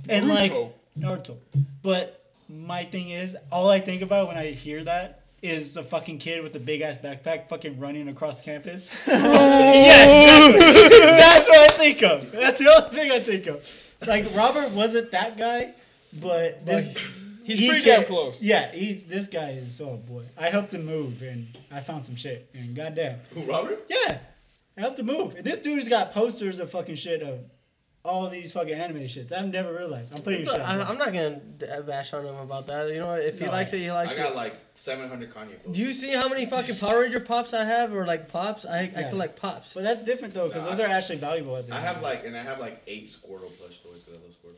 And like Naruto. Naruto, but my thing is all I think about when I hear that is the fucking kid with the big ass backpack fucking running across campus. yeah, exactly. That's what I think of. That's the only thing I think of. Like Robert wasn't that guy, but this. He's he pretty can- damn close. Yeah, he's this guy is oh boy. I helped him move and I found some shit and goddamn. Who, Robert? Yeah, I have to move. And this dude's got posters of fucking shit of all these fucking anime shits. I've never realized. I'm putting It's your shit. a- on I, I'm blast. not gonna d- uh, bash on him about that. You know, if he No, likes it, he likes I got it. like 700 Kanye Do posts. you see how many fucking Power Ranger pops I have, or like pops? I I Yeah. collect pops. But that's different though, because Nah, those I- are actually valuable. At the I end. have like, and I have like eight Squirtle plush toys because I love Squirtle.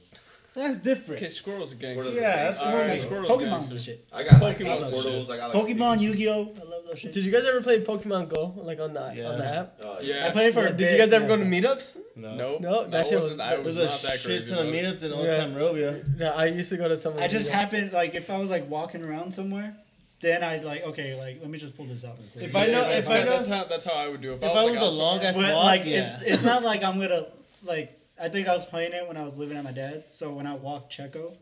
That's different. Okay, Squirrel's a gangster. Squirtle's Yeah, a gangster. that's the All one. right. That's Squirtle's Pokemon's gangster. the shit. I got like Pokemon's eight and Squirtles. I got like Pokemon, Yu-Gi-Oh. I love those shits. Did you guys ever play Pokemon Go, like on the on the Yeah. app? Oh, Yeah. I played for. a Did bit, you guys ever yeah, go to so- meets? Nope. No, that I shit was- wasn't, I it was There's not a that shit crazy. ton of about it. meetups in old Yeah. time Rovia. No, I used to go to some. of I the just meetups. happened like if I was like walking around somewhere, then I'd like okay like let me just pull this out. If I know, That's how- if I know, that's how that's how I would do it. if I was a long ass But walk, like yeah. it's it's not like I'm gonna like I think I was playing it when I was living at my dad's, so when I walked Checo,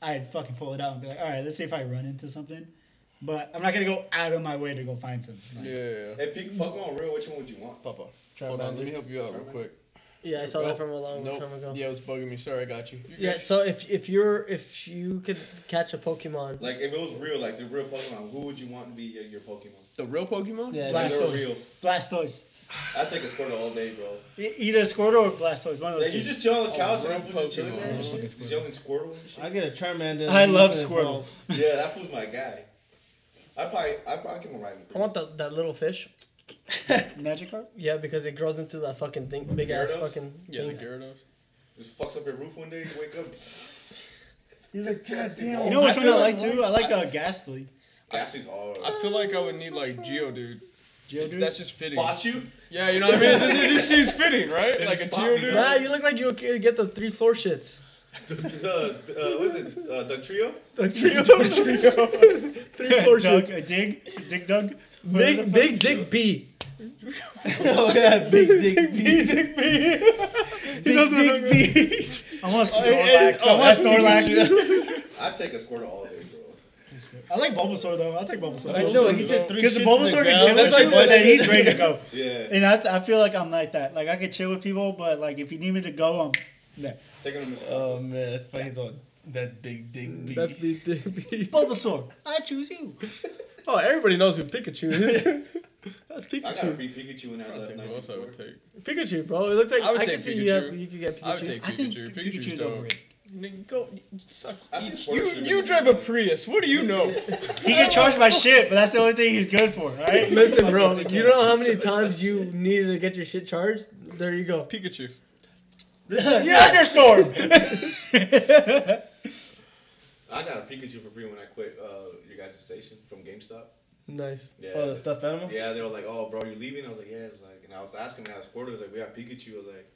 I'd fucking pull it out and be like, all right, let's see if I run into something. But I'm not gonna go out of my way to go find something. Like, Yeah, yeah, yeah. If pick Pokemon real, which one would you want? Papa, Try hold my on. Let me lead. help you out real quick. Yeah, I saw Oh, that from a long nope. time ago. Yeah. Yeah, it was bugging me. Sorry, I got you. You're good. So if if you're if you could catch a Pokemon, Like if it was real, like the real Pokemon, who would you want to be your, your Pokemon? The real Pokemon? Yeah. Like, they're Blastoise, real. Blastoise, I take a Squirtle all day, bro. E- either Squirtle or Blastoise, one of those Like, you two. just chill on the couch and real I'm just chilling Pokemon. there and Yeah, shit. fucking Just yelling Squirtle and shit. I get a Charmander. I love Ethan Squirtle. involved. Yeah, that fool's my guy. I probably, I probably give him a ride. I want the, that little fish. Magikarp. Yeah, because it grows into that fucking thing, big ass Gyarados? fucking. Yeah, the thing. Gyarados. Just fucks up your roof one day. You wake up. He's like, God damn. You know which I one I feel like too? I like uh, Ghastly. Gasly's hard. I feel like I would need like Geodude. Geodude. That's just fitting. Spot you. Yeah, you know what I mean? This, it just seems fitting, right? It like a is spot me. Geodude. Nah, you look like you could get the three floor shits. the, uh, what is it? Uh, Trio? The trio, three floor Doug, shits. a dig, dig Doug. Big big dick B. oh yeah, big dick B. Big dick B. I want and- Snorlax. oh, I want I think you Snorlax. I take a Squirtle all day, bro. I like Bulbasaur though. I'll take Bulbasaur. I know he said three. Because the shits in Bulbasaur ground. can chill with That's why I you, but said then he's ready to go. Yeah. And that's, I feel like I'm like that. Like I could chill with people, but like if you need me to go, I'm there. Taking him. to- Oh man, that's funny. He's on that big dick B. That's big dick B. Bulbasaur, I choose you. Oh, everybody knows who Pikachu is. That's I got a Pikachu. free Pikachu when I I don't left. think who else I would 1994. take. Pikachu, bro. It looks like I I, would can take see you, have, Pikachu. you could get Pikachu. I would take I Pikachu. think Pikachu's Pikachu's dope. overrated. nigga, go suck. I think each- sports You, should be- you drive a Prius. What do you know? He get charged by shit, but that's the only thing he's good for, right? Listen, bro, you don't know how many times you needed to get your shit charged? There you go. Pikachu. Thunderstorm. I got a Pikachu for free when I quit uh, your guys' station from GameStop. Nice. Yeah. Oh, the stuffed animal. Yeah, they were like, "Oh, bro, you leaving?" I was like, "Yeah." It's like, and I was asking him how his quarter. was like, "We got Pikachu." I was like,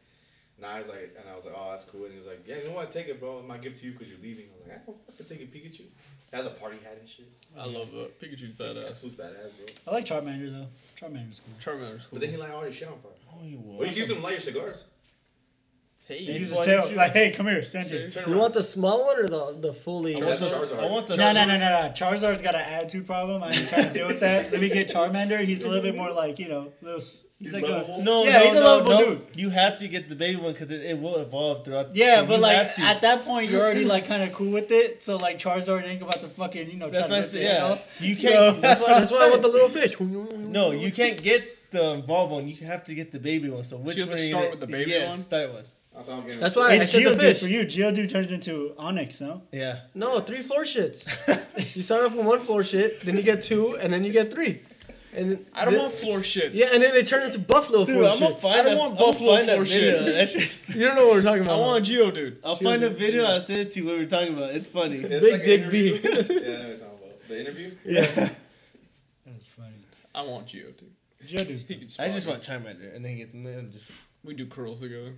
"Nah." I was like, and I was like, "Oh, that's cool." And he was like, "Yeah, you know what? Take it, bro. I'm gonna give it to you because you're leaving." I was like, "I don't fucking take a Pikachu." That's a party hat and shit. I love that. Pikachu's That's badass. who's badass, bro. I like Charmander though. Charmander's cool. Charmander's cool. But then he light all your shit on fire. Oh, you Well, you would. can use them to light your cigars. He hey, uses his tail. Like, hey, come here, stand here. Turn You around. want the small one or the, the fully? I I want want that's the. Charizard. I want the. No, no, no, no, no. Charizard's got an attitude problem. I ain't trying to deal with that. Let me get Charmander. He's a little bit more like, you know, little. s- He's, He's like a. lovable. No, Yeah, no, he's a no, lovable no. dude. You have to get the baby one because it, it will evolve throughout. Yeah, you but like have to. at that point, you're already like kind of cool with it. So like Charizard ain't about to fucking you know. that's try why I to said, rip your head yeah. off. You can't. So- that's why. That's That's why I want why. the little fish. No, you can't get the evolve one. You have to get the baby one. So which you have to one are start gonna- with the baby yes, one? Start one. That's how I'm getting. That's why I It's said the Geodude fish. for you. Geodude turns into Onyx, no? Yeah. No, three floor shits. you start off with one floor shit, then you get two, and then you get three. And then- I don't then- want floor shits. Yeah, and then they turn into buffalo Dude, floor I'm gonna shits. find. I don't that- want I'm gonna Buffalo find that Four video. shits. That shit- you don't know what we're talking about. I want a Geodude. I'll find a video. I'll send it to you. What we're talking about. It's funny. It's Big like an Dick interview. B. yeah, I know what you're talking about. The interview. yeah. That's funny. I want Geodude. Geodude's. He can I just spot want Charmander, and then get man, just me. We do curls together.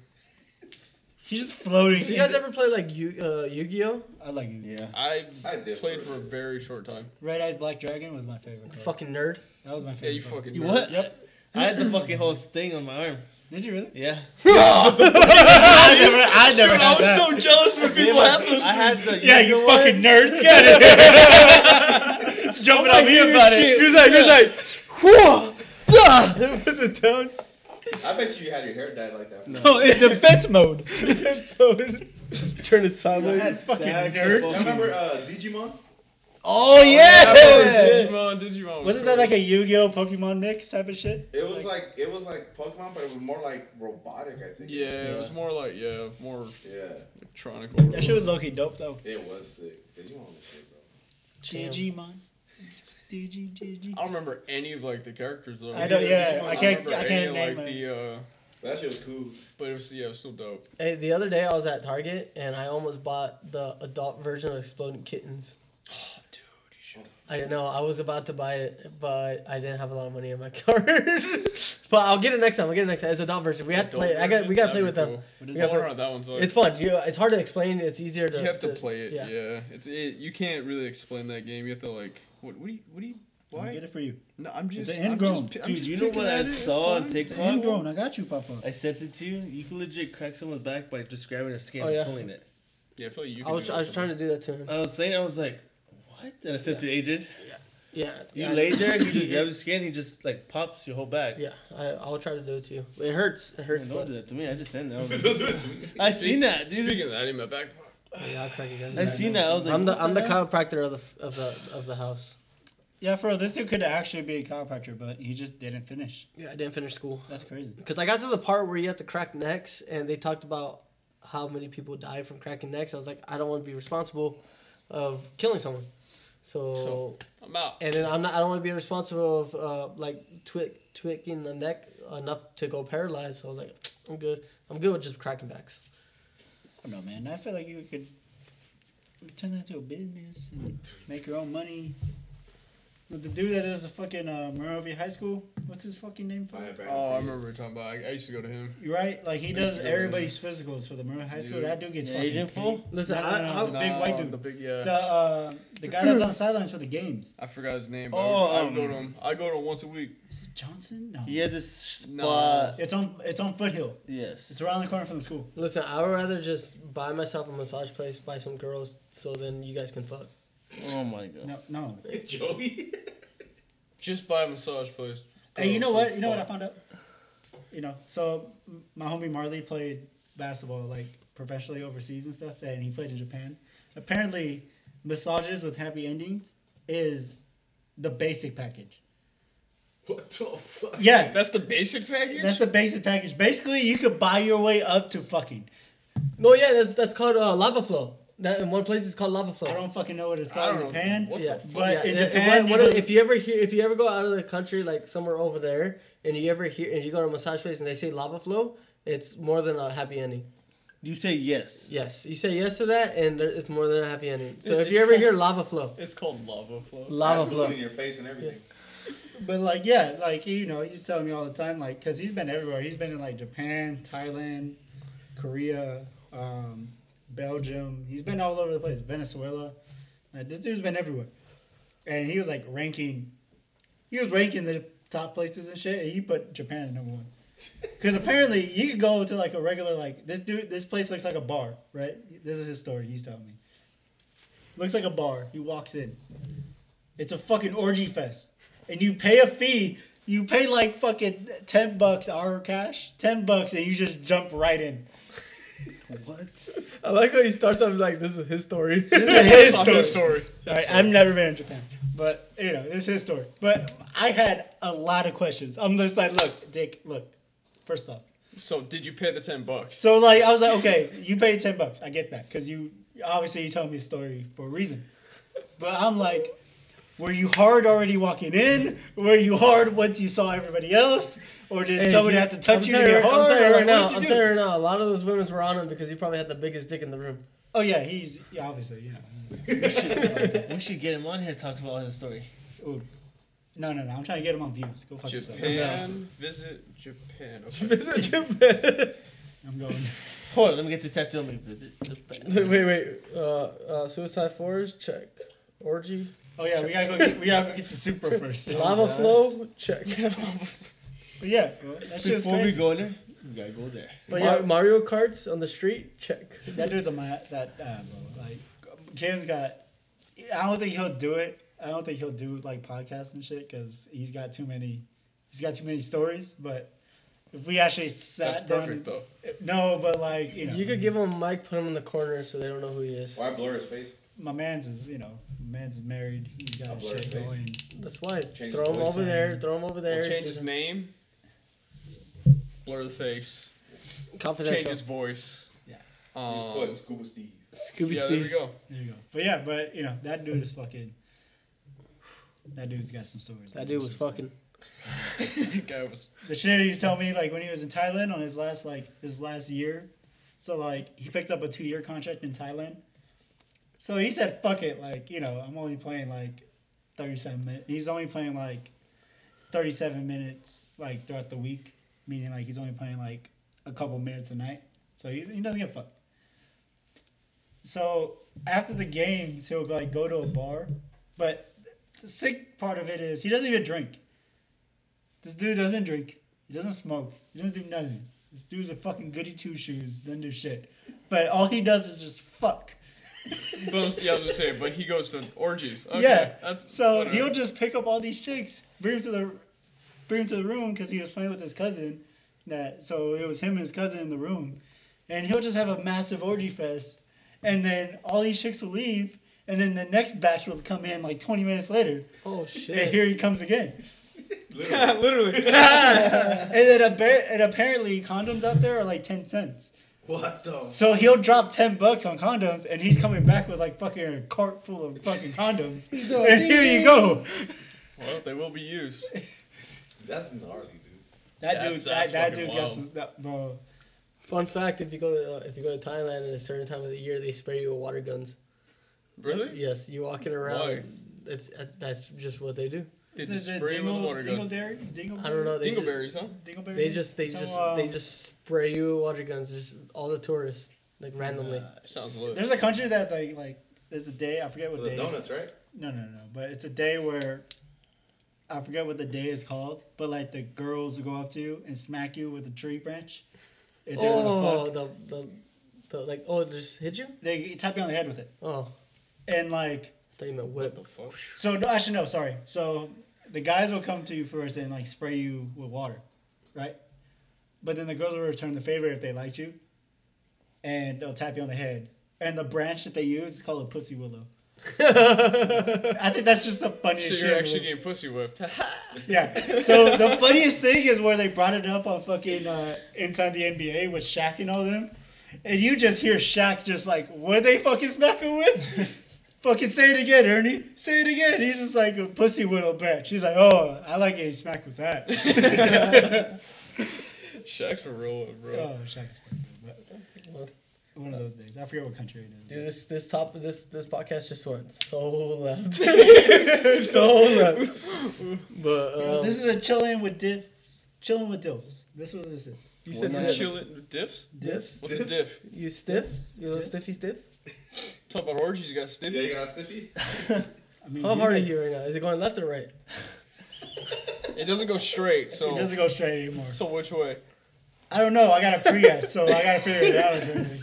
He's just floating. You guys ever play like Yu uh, Yu-Gi-Oh? I like you. yeah. I, I did played for for- a very short time. Red Eyes Black Dragon was my favorite. Card. Fucking nerd. That was my favorite. Yeah, you card. fucking. You what? Yep. I had the fucking whole thing on my arm. Did you really? Yeah. I never. I never. Dude, I was so jealous when people had those. I had the. Yeah, you fucking nerds. Get it. Jumping on me about it. was like, he was like, Whoa! Duh! Put it down. I bet you had your hair dyed like that. No, Oh, in defense mode. Turn it sideways. fucking I remember uh, Digimon. Oh yeah. Digimon, Digimon. was Wasn't cool. that like a Yu-Gi-Oh Pokemon mix type of shit? It was like it was like Pokemon, but it was more like robotic. I think. Yeah, it was more like yeah, more Yeah, electronic. That shit was low-key dope though. it was sick. Digimon was sick, bro. Damn. Digimon. Digi, Digi. I don't remember any of like the characters though. I don't. Yeah, Digimon, I I can't. remember I any can't of, name like it. the. Uh, That shit was cool. but it was yeah, it was still dope. Hey, the other day I was at Target and I almost bought the adult version of Exploding Kittens. Dude, you should. I know I was about to buy it, but I didn't have a lot of money in my card. but I'll get it next time. I'll get it next time. It's adult version. We have to play. I got. We gotta play with them. Cool. is I that? wonder how that one's like. It's fun. You, it's hard to explain. It's easier to. you have to play it. Yeah, yeah. it's it, you can't really explain that game. You have to like what what do you what do you I'll why? Get it for you. No, I'm just It's an I'm ingrown. just, pi- I'm dude, just you know picking what at I it, it's saw on fine. Hand TikTok? grown. I got you, Papa. I sent it to you. You can legit crack someone's back by just grabbing their skin Oh, yeah. and pulling it. Yeah, I feel like you. I was. I was trying to do that to him. I was saying, I was like, what? And I sent it to Adrian. Yeah. You I- lay there, you just grab his skin, he just like pops your whole back. Yeah, I, I'll try to do it to you. It hurts. It hurts. Man, but, don't do that to me. I just sent that. I was like, Don't do it to me. I seen that, dude. Speaking of that, in my back. Oh, yeah, I'll crack you guys. I seen that. I was like, I'm the what I'm the heck? chiropractor of the f- of the of the house. Yeah, for real, this dude could actually be a chiropractor, but he just didn't finish. Yeah, I didn't finish school That's crazy. because I got to the part where you have to crack necks, and they talked about how many people die from cracking necks. I was like, I don't want to be responsible of killing someone. So, So- I'm out. and then I'm not. I don't want to be responsible of uh, like twick twicking the neck enough to go paralyzed. So I was like, I'm good. I'm good with just cracking backs. I don't know, man. I feel like you could you could turn that into a business and make your own money. But the dude that is a fucking uh, Monrovia High School, what's his fucking name? For? I had back Oh, I in the remember what you're talking about. I, I used to go to him. You're right. Like he I does used to go everybody's physicals for the Monrovia High School. Dude. That dude gets The fucking Asian paid. fool? Listen, No, no, I- no, I- the big white The dude. big yeah. The uh, the guy that's on the sidelines for the games. I forgot his name. But Oh, I, would, I would go um, to him. I go to him once a week. Is it Johnson? No. He had this No. spot. It's on it's on Foothill. Yes. It's around the corner from the school. Listen, I would rather just buy myself a massage place, buy some girls, so then you guys can fuck. Oh my god. No, no. day. Joey. Just buy a massage place. Hey, you know Girls, what? You know what I fuck. found out? You know, so m- my homie Marley played basketball like professionally overseas and stuff, and he played in Japan. Apparently, massages with happy endings is the basic package. What the fuck? Yeah, That's the basic package. that's the basic package. Basically, you could buy your way up to fucking. No, yeah, that's that's called uh, lava flow. That in one place it's called lava flow. I don't fucking know what it's I called in don't know. Japan. What yeah, the fuck? But in yeah, Japan, what- you what- go- if you ever hear, if you ever go out of the country, like somewhere over there, and you ever hear, and you go to a massage place and they say lava flow, it's more than a happy ending. You say yes. Yes, you say yes to that, and there- it's more than a happy ending. So if It- you it's ever called- hear lava flow, It's called lava flow. lava That's flow. in your face and everything. But like, yeah, like you know, he's telling me all the time, like, cause he's been everywhere. He's been in like Japan, Thailand, Korea, um, Belgium. He's been all over the place. Venezuela. Like, this dude's been everywhere, and he was like ranking. He was ranking the top places and shit, and he put Japan at number one. Cause apparently you could go to like a regular like this dude. This place looks like a bar, right? This is his story. He's telling me. Looks like a bar. He walks in. It's a fucking orgy fest. And you pay a fee. You pay like fucking 10 bucks our cash, 10 bucks, and you just jump right in. What? I like how he starts off like this is his story. This is Fucking his story. story. All right, I've never been in Japan, but you know, this is his story. But I had a lot of questions. I'm just like, look, Dick, look, first off. So did you pay the ten bucks? So, like, I was like, okay, you paid 10 bucks. I get that. Because you obviously you told me a story for a reason. But I'm like, were you hard already walking in? Were you hard once you saw everybody else? Or did Hey, somebody he- have to touch I'm you to telling get hard? I'm telling Or, you like, right now. what'd you I'm do? telling you right now. A lot of those women's were on him because he probably had the biggest dick in the room. Oh yeah, he's yeah, obviously yeah. We should get him on here. Talks about his story. Ooh. No, no, no. I'm trying to get him on views. Go fuck yourself. Japan. Visit Japan. Okay. I'm going. Hold on, let me get the tattoo on me. Visit Japan. wait, wait. Uh, uh, suicide fours check. Orgy. Oh yeah, we gotta go. Get, we gotta go get the super first. Lava flow check. But yeah, bro, that shit was Before we crazy. go in there, we gotta go there. Mar- But yeah, Mario Karts on the street check. that dude's on my that uh, bro. Like, Kim's got. I don't think he'll do it. I don't think he'll do like podcasts and shit because he's got too many. He's got too many stories. But if we actually sat That's down, perfect though. no, but like you know, You could give him a mic, put him in the corner so they don't know who he is. Why blur his face? my man's is you know, my man's is married. He's got I'll blur shit his face. going. That's why. Change throw the him voice over sound. there. Throw him over there. We'll change his Just name. Blur the face. Change Confidential. his voice. Yeah. Just Um, put Scuba Steve. Scooby yeah, there we Steve. go. There you go. But yeah, but you know that dude is fucking. That dude's got some stories. That dude was fucking. That guy was. The shit he's telling me, like when he was in Thailand on his last like his last year, so like he picked up a two year contract in Thailand. So he said, "Fuck it, like you know I'm only playing like thirty seven minutes. He's only playing like thirty seven minutes like throughout the week, meaning like he's only playing like a couple minutes a night. So he he doesn't give a fuck." So after the games, he'll like go to a bar, but the sick part of it is he doesn't even drink. This dude doesn't drink. He doesn't smoke. He doesn't do nothing. This dude's a fucking goody two shoes. Doesn't do shit. But all he does is just fuck. But I was- yeah, I was gonna say, but he goes to orgies. Okay, yeah. That's so whatever. he'll just pick up all these chicks, bring them to the, bring 'em to the room because he was playing with his cousin. That so it was him and his cousin in the room, and he'll just have a massive orgy fest, and then all these chicks will leave, and then the next batch will come in like twenty minutes later, Oh and shit. here he comes again. Literally. literally. And then appa- and apparently condoms out there are like ten cents. what the? So he'll drop ten bucks on condoms, and he's coming back with like fucking a cart full of fucking condoms. all, and here you go. well, they will be used. That's gnarly, dude. That That's- dude, that, that's that fucking dude's got wild. some, that, bro. Fun fact: If you go to uh, if you go to Thailand at a certain time of the year, they spray you with water guns. Really? Yes, you walking around. Why? That's uh, that's just what they do. They Is just it spray him with a dingle- water gun. dingleberry? Dingleberry? I don't know. They just, Dingleberries, huh? Dingleberry? they just they Some, just uh, they just spray you with water guns. Just all the tourists like randomly. Sounds lit. There's a country that like like there's a day I forget For what the day. it is. donuts, right? No, no, no. But it's a day where I forget what the day is called, but like the girls will go up to you and smack you with a tree branch. If they want oh, to fuck, the, the the like oh, it just hit you. they tap you on the head with it, Oh, and like I thought you meant whip. the fuck? So no, actually, no. Sorry. So the guys will come to you first and like spray you with water, right? But then the girls will return the favor if they liked you, and they'll tap you on the head. And the branch that they use is called a pussy willow. I think that's just the funniest So shit. you're actually getting pussy whipped. yeah. So the funniest thing is where they brought it up on fucking uh, inside the NBA with Shaq and all them, and you just hear Shaq just like, what they fucking smack him with? fucking say it again, Ernie. Say it again. He's just like a pussy willow branch. He's like, oh, I like getting smacked with that. Shaq's a real one, bro. oh, Shaq's fucking good, but one of those days. I forget what country it is. Dude, but- this this top this this podcast just went so left, so left. But um, this is a chilling with diffs. Chilling with diffs. That's what this is. you One said night. this- Chill it- diffs? diffs. What's a diff? You stiff? You little Diffs? stiffy stiff? Talk about orgies, you got Yeah, stiffy. you got stiffy? I mean, How you hard are guys- you right now? Is it going left or right? It doesn't go straight, so It doesn't go straight anymore. so which way? I don't know. I got a Prius, so I got to figure it out. apparently.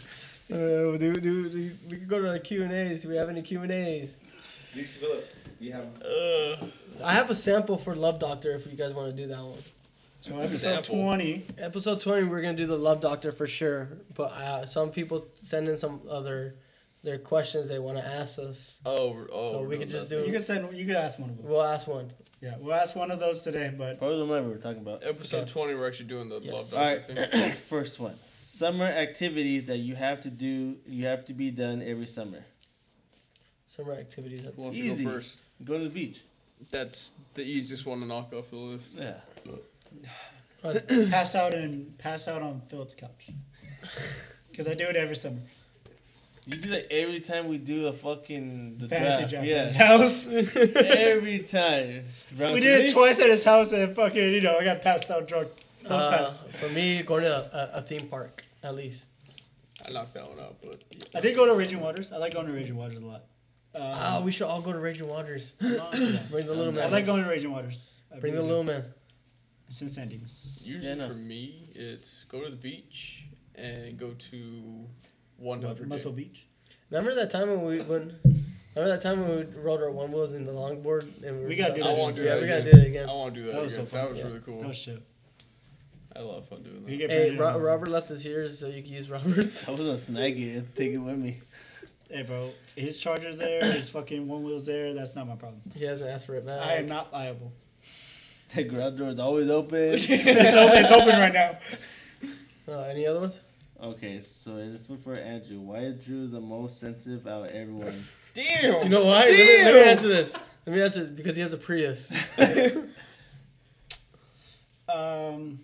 Uh, do, do, do, we could go to the Q and A's. Do we have any Q and A's? Leaks Phillip. You have Uh, I have a sample for Love Doctor if you guys want to do that one. So episode Sample. twenty. Episode twenty, we're gonna do the Love Doctor for sure. But uh, some people send in some other their questions they want to ask us. oh, we're- oh. So we we're could doing just that. You can send. You can ask one of them. We'll ask one. Yeah, we'll ask one of those today. But Probably the one we were talking about. Episode Okay. 20, we're actually doing the Yes. love doctor thing. First one. Summer activities that you have to do, you have to be done every summer. Summer activities. Who wants to Easy. go first? Go to the beach. That's the easiest one to knock off the list. Yeah. pass out and pass out on Philip's couch. Because I do it every summer. You do that every time we do a fucking the Fantasy draft. draft at his Yeah. house. every time. Round we did it three? twice at his house, and fucking, you know, I got passed out drunk. both Uh, times. for me, going to a, a theme park at least. I knocked that one out, but I did go to Raging Waters. I like going to Raging Waters a lot. Ah, Oh, Um, we should all go to Raging Waters. yeah. Bring the little I man. like going to Raging Waters. I Bring the really do. little man. It's in San Dimas. usually Yeah, no. for me, it's go to the beach and go to one What, hundred. Muscle Beach. Remember that time when we when. Remember that time when we rode our one wheels in the longboard and we, were We gotta do I that want to do Yeah, that. we gotta do again. it again. I want to do that. That was again. so fun, That was yeah. really cool. Oh shit. I love fun doing that. You get Hey, Brandon Ro- on- Robert left his here, so you can use Robert's. I was gonna snag it, and take it with me. Hey, bro. His charger's there. His fucking one wheel's there. That's not my problem. He hasn't asked for it back. I am not liable. That garage door is always open. it's, open, it's open right now. Uh, any other ones? okay, so this one for Andrew. Why is Drew the most sensitive out of everyone? Damn. You know why? Let me, let me answer this. Let me answer this because he has a Prius. Um,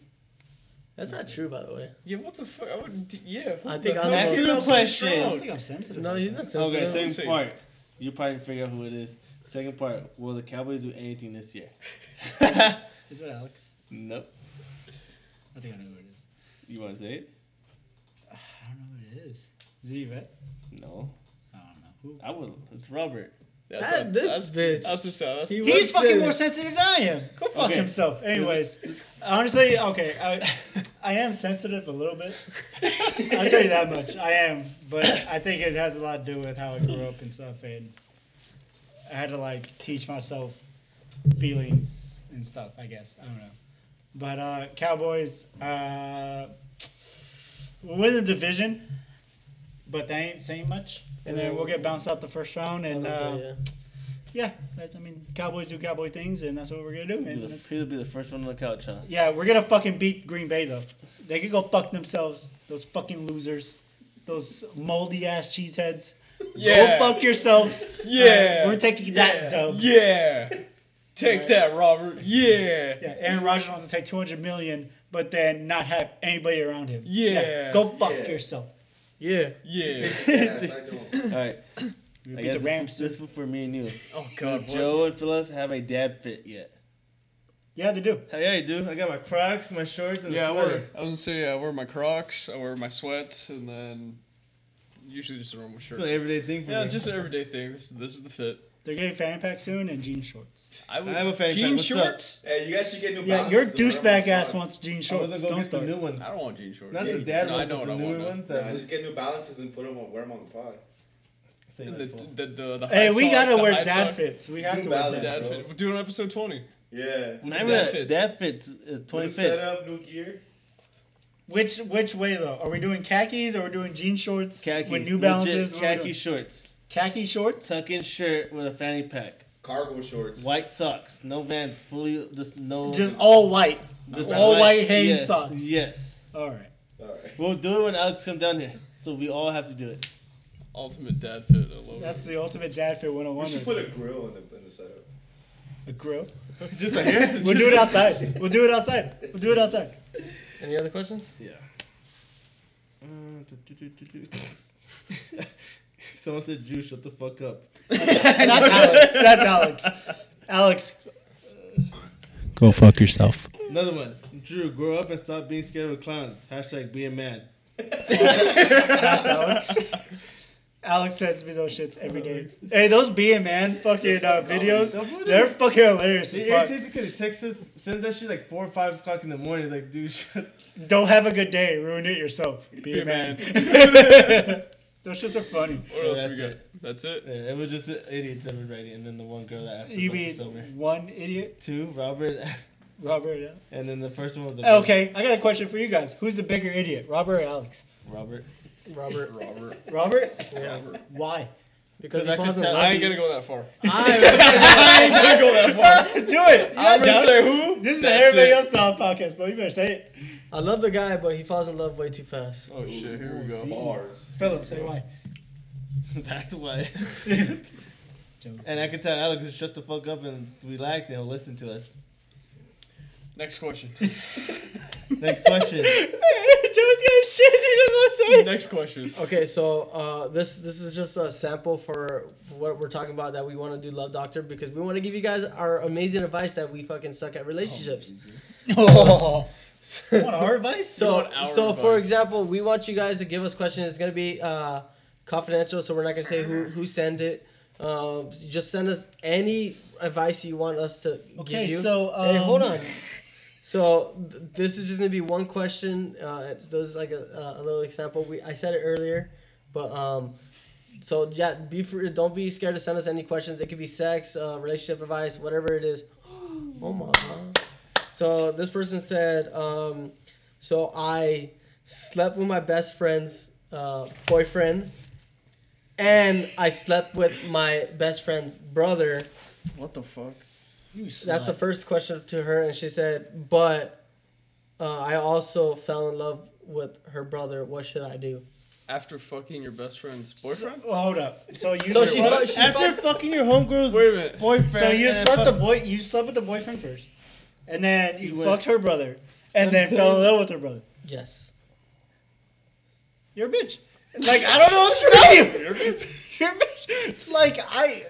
That's not true, by the way. yeah. What the fuck? I wouldn't. d- Yeah. I think I'm Back the to most- the I question. don't think I'm sensitive. No, he's not Okay, sensitive. second Six. part. You probably figure out who it is. Second part. Will the Cowboys do anything this year? Is it Alex? nope. I think I know who it is. You want to say it? I don't know who it is. Is it Yvette? No. I don't know. Who? I will. It's Robert. That's Ah, not- this that's, bitch. That's just sad. That's, He He's was fucking sensitive. more sensitive than I am. Go fuck Okay. himself. Anyways, honestly, okay, I, I am sensitive a little bit. I'll tell you that much. I am, but I think it has a lot to do with how I grew up and stuff, and I had to like teach myself feelings and stuff. I guess I don't know, but uh, Cowboys uh, we'll win the division, but they ain't saying much. And then we'll get bounced out the first round, and uh, yeah. yeah, that, I mean, Cowboys do Cowboy things, and that's what we're gonna do, man. He'll be That's- the- he'll be the first one on the couch, huh? yeah, we're gonna fucking beat Green Bay though. They could go fuck themselves. Those fucking losers. Those moldy ass cheeseheads. Yeah. Go fuck yourselves. Yeah. Uh, we're taking that dub. Yeah. yeah. Take that, Robert. Yeah. Aaron Rodgers wants to take two hundred million, but then not have anybody around him. Yeah. go fuck Yeah. yourself. Yeah. Yeah. yeah, it's like doing- All right. We I beat guess the Rams. This, Too. this one for me and you. Oh Do God. What? Joe and Philip have a dad fit yet? Yeah, they do. Hell yeah, I do. I got my Crocs, my shorts, and Yeah. I a wear. sweater. I was gonna say yeah. I wear my Crocs. I wear my sweats, and then usually just a normal It's an shirt. everyday thing for Yeah, me. just an everyday thing. This, this is the fit. They're getting fanny pack soon and jean shorts. I, have a fanny pack. jean What's up? shorts. Hey, you guys should get new Yeah, balances your to wear them on douchebag ass the wants jean I was shorts. gonna go Don't get the start. new ones. I don't want jean shorts. Not Yeah, the you- dad no, I ones, don't but the want newer one. ones. pod. that Nah, look- just get new balances and put them on, wear them on the pod. say The, that's full. the, the, the Hey, high we sock- gotta the wear high dad sock- fits. We have New to wear balance. dad Dad bro. fit. We're doing episode 20. Yeah. Not even Dad that. fits. Dad fits. Uh, New 25th. setup, new gear. Which which way though? Are we doing khakis or we're doing jean shorts Khakis. with New Legit Balances? oh What are we khaki doing? shorts. khaki shorts. Tuck in shirt with a fanny pack. Cargo shorts. White socks. No vans. Fully, just no. Just all white. all white hand yes, socks. Yes. All right. All right. We'll do it when Alex comes down here. So we all have to do it. Ultimate dad fit. I love That's the ultimate dad fit 101. We should right put a grill in the, in the setup. there. a grill. it. Just a hand. We'll do it outside. We'll do it outside. We'll do it outside. Any other questions? Yeah. Someone said, "Jew, shut the fuck up." That's Alex. That's Alex. Alex, Go fuck yourself. Another one. Drew, grow up and stop being scared of clowns. Hashtag be a man. that's Alex. Alex sends me those shits every day. Hey, those being man fucking uh, videos, they're fucking hilarious as It fuck. irritates because he texts us, sends that shit like four or five o'clock in the morning. Like, dude, shut. Don't have a good day. Ruin it yourself. Be a Hey, man. man. Those shits are funny. What else that's we got? it. That's it. Yeah, Uh, it was just idiots everybody, and then the one girl that asked You about the mean summer. one idiot, Two, Robert, Robert? Yeah? and then the first one was a Okay, I got a question for you guys. Who's the bigger idiot, Robert or Alex? Robert. Robert. Robert. Robert? Yeah. Why? Because I he could falls in tell- love. I ain't gonna go that far. I ain't gonna go that far. Do it. I'm gonna down. say who? This is an That's everybody it. else style podcast, bro. You better say it. I love the guy, but he falls in love way too fast. Oh shit, here we go. Bars. Philip, say why. That's why. Jokes. and I could tell Alex to shut the fuck up and relax, and he'll listen to us. Next question. Next question. Joe's got shit. He doesn't want to say. Next question. Okay, so uh, this this is just a sample for what we're talking about that we want to do Love Doctor because we want to give you guys our amazing advice that we fucking suck at relationships. Oh. want our advice? so want our so for advice. example, we want you guys to give us questions. It's gonna be uh, confidential, so we're not gonna say who who sent it. Um, just send us any advice you want us to Okay, give you. so, hey, hold um, on. So th- this is just gonna be one question. Uh, this is like a, a little example. We I said it earlier, but um, so yeah, be free, don't be scared to send us any questions. It could be sex, uh, relationship advice, whatever it is. Oh my. God. So this person said, um, so I slept with my best friend's uh, boyfriend, and I slept with my best friend's brother. what the fuck? You That's the slut. first question to her, and she said, "But uh, I also fell in love with her brother. What should I do?" After fucking your best friend's boyfriend? So, hold up. So you So so she slept, fu- she After fucked- fucking your homegirl's Wait a minute. boyfriend. so you and slept the fuck- boy you slept with the boyfriend first, and then you, You went- fucked her brother, and then fell in love with her brother. Yes. You're a bitch. Like I don't know what to tell you. You're a bitch. Like I.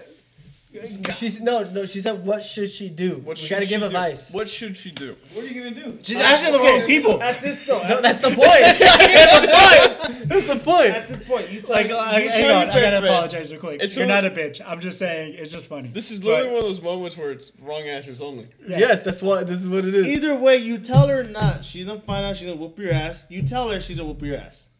She's no, no. She said, "What should she do?" What we should gotta she give do? advice. What should she do? What are you gonna do? She's asking the wrong people. At this though, No, that's the point. that's the point. That's the point. at this point, you tell Like, you I, hang tell on, your I gotta best friend. apologize real quick. It's You're really- not a bitch. I'm just saying, it's just funny. This is literally But- one of those moments where it's wrong answers only. Yeah. Yes, that's what. This is what it is. Either way, you tell her or not, she's gonna find out. She's gonna whoop your ass. You tell her she's gonna whoop your ass.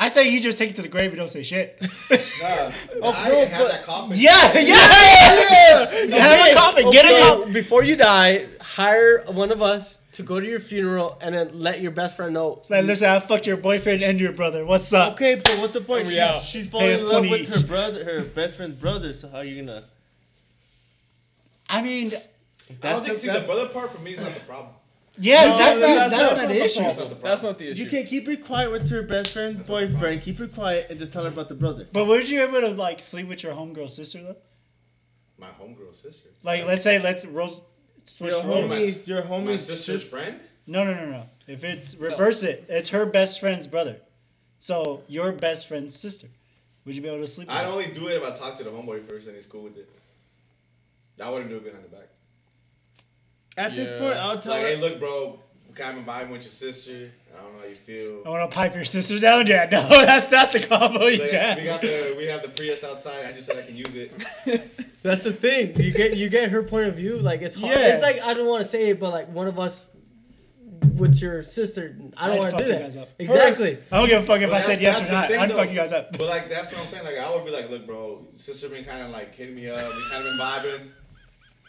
I say you just take it to the grave and don't say shit. Nah, Oh, I bro, didn't have but- that confidence. yeah, yeah, yeah, yeah. Have a coffin. Get a So coffin. before you die, hire one of us to go to your funeral and then let your best friend know. Like, listen, I fucked your boyfriend and your brother. What's up? Okay, but what's the point? Hear me She's, out. she's Pay falling us in love 20 with each. her brother, her best friend's brother. So how are you gonna? I mean, I don't think that's- see the brother part for me is not the problem. yeah, that's, no, not, that's that's, not not the the issue. That's not the problem. That's not the issue. You can keep it quiet with her best friend's not a problem. boyfriend. Keep it quiet and just tell her about the brother. But was you able to like sleep with your homegirl sister though? my homegirl sister. Oh, Like, let's say let's roll, switch Your roles. my- homie's your homie's my sister's friend. No, no, no, no. If it's reverse it, it's her best friend's brother. So your best friend's sister. Would you be able to sleep? with I'd her? only do it if I e- talk to the homeboy first and he's cool with it. I wouldn't do it behind the back. At Yeah. this point, I'll tell Like, her. hey, look, bro, can I vibe with your sister? I don't know how you feel. I want to pipe your sister down. Yeah, no, that's not the combo you Look, got. we got the we have the Prius outside. I just said I can use it. That's the thing. You get you get her point of view. Like it's hard. Yeah. It's like I don't want to say it, but like one of us with your sister, I don't I'd want to fuck do you that. guys up. Exactly. I don't give a fuck if But I said that- yes that's or the not. thing, I'd though. fuck you guys up. But like that's what I'm saying. Like I would be like, look, bro, sister been kind of like hitting me up. We kind of been vibing.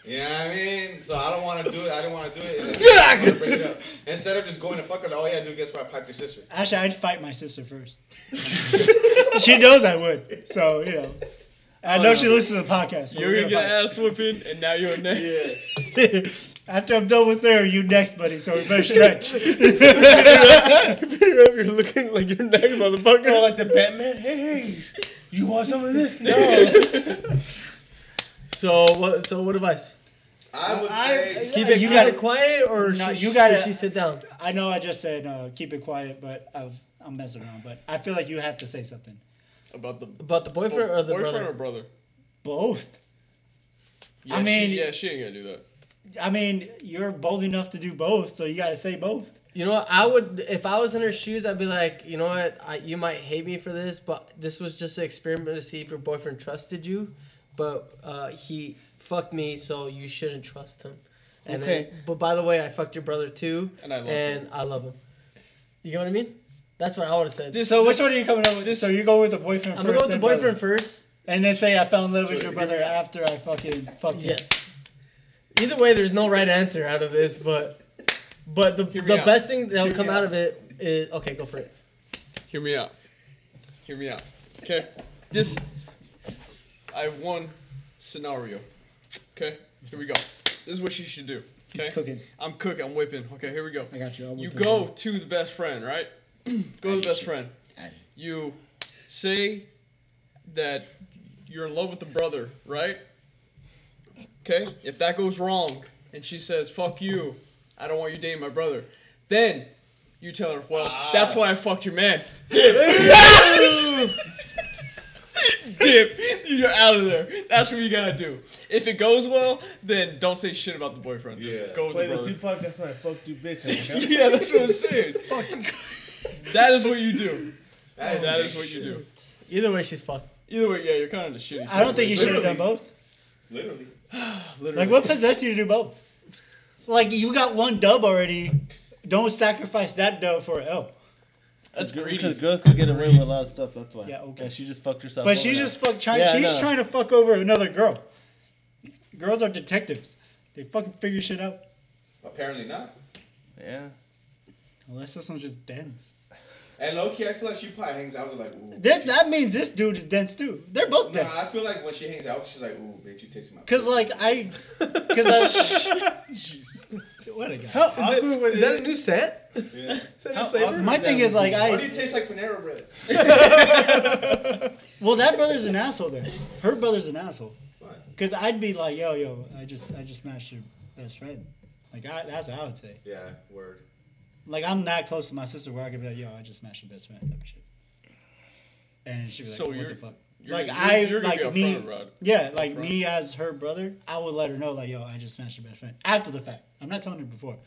You know what I mean? So I don't want to do it. I didn't want to do it. I wanna bring it up. Instead of just going to fuck her, like, oh yeah, dude, guess what? I piped your sister. Actually, I'd fight my sister first. she knows I would. So you know, Oh, I know she listens to the podcast. so You're we're gonna get gonna ass whooping, and now you're next. Yeah. fight. After I'm done with there, you next, buddy. So we better stretch. Peter, you're looking like your neck, motherfucker. Girl, like the Batman. Hey, hey, you want some of this? No. So what? So what advice? I would I- say Keep it, you you gotta- got it quiet, or No, should, you gotta- should she sit down? I know I just said uh, keep it quiet, but I've, I'm messing around. But I feel like you have to say something. About the About the Oh, boyfriend or the boyfriend brother? or brother. Both. Yeah, I mean- she, yeah, she ain't gonna do that. I mean, you're bold enough to do both, so you got to say both. You know what? I would, if I was in her shoes, I'd be like, you know what? I, you might hate me for this, but this was just an experiment to see if your boyfriend trusted you. But uh, he fucked me, so you shouldn't trust him. And then- Okay. but by the way, I fucked your brother too, And I love and I love him. You know what I mean? That's what I would have said. so which one are you coming up with? this- so you go with the boyfriend I'm gonna first. go with the then boyfriend brother. first. And then say I fell in love with your brother after I fucking fucked you. Yes. Either way, there's no right answer out of this, but but the, me the out. best thing that'll come me out out. of it is okay. Go for it. Hear me out. Hear me out. Okay. This. I have one scenario. Okay. Here we go. This is what you should do. He's okay? cooking. I'm cooking. I'm whipping. Okay. Here we go. I got you. I'll You whip it go to the best friend, right? go to the best friend. I- You say that you're in love with the brother, right? Okay. If that goes wrong, and she says "fuck you," I don't want you dating my brother. Then you tell her, "Well, Ah. that's why I fucked your man." dip. You're out of there. That's what you gotta do. If it goes well, then don't say shit about the boyfriend. Just Yeah. go with Play the the brother. Tupac. That's not fuck you, bitch. I'm yeah, that's what I'm saying. Fucking. that is what you do. that is, That is what you do. Either way, she's fucked. Either way, yeah, you're kind of the shitty. I don't think you should have Literally. done both. Literally, Literally. Like, what possessed you to do both? Like, you got one dub already. Don't sacrifice that dub for Oh. an L. That's Because greedy. girls could get away with a lot of stuff. That's why. Yeah, okay. And she just fucked herself. But over she's now. just fuck trying. Yeah, I she's know. trying to fuck over another girl. Girls are detectives. They fucking figure shit out. apparently not. Yeah. Unless this one's just dense. And low key, I feel like she probably hangs out with like. Ooh, This bitch, you- that means this dude is dense too. They're both Nah, I dense. feel like when she hangs out, she's like, "Ooh, bitch, you tasting my." Cause like I, cause I. what a guy. How Is, it, awkward is that a new set? Yeah. Is that a new flavor? My thing is like Why do you I. taste like Panera bread? Well, that brother's an asshole. Then her brother's an asshole. Fine. Cause I'd be like, yo, yo, I just, I just smashed your best friend. Like I, that's what I would say. Yeah, word. Like I'm that close to my sister where I could be like, yo, I just smashed your best friend. Type of shit. And she'd be like, So what you're- the fuck? you're- Like you're- I, you're gonna like be me, upfront about it. yeah, like Upfront. me as her brother, I would let her know, like, yo, I just smashed your best friend after the fact. I'm not telling her before,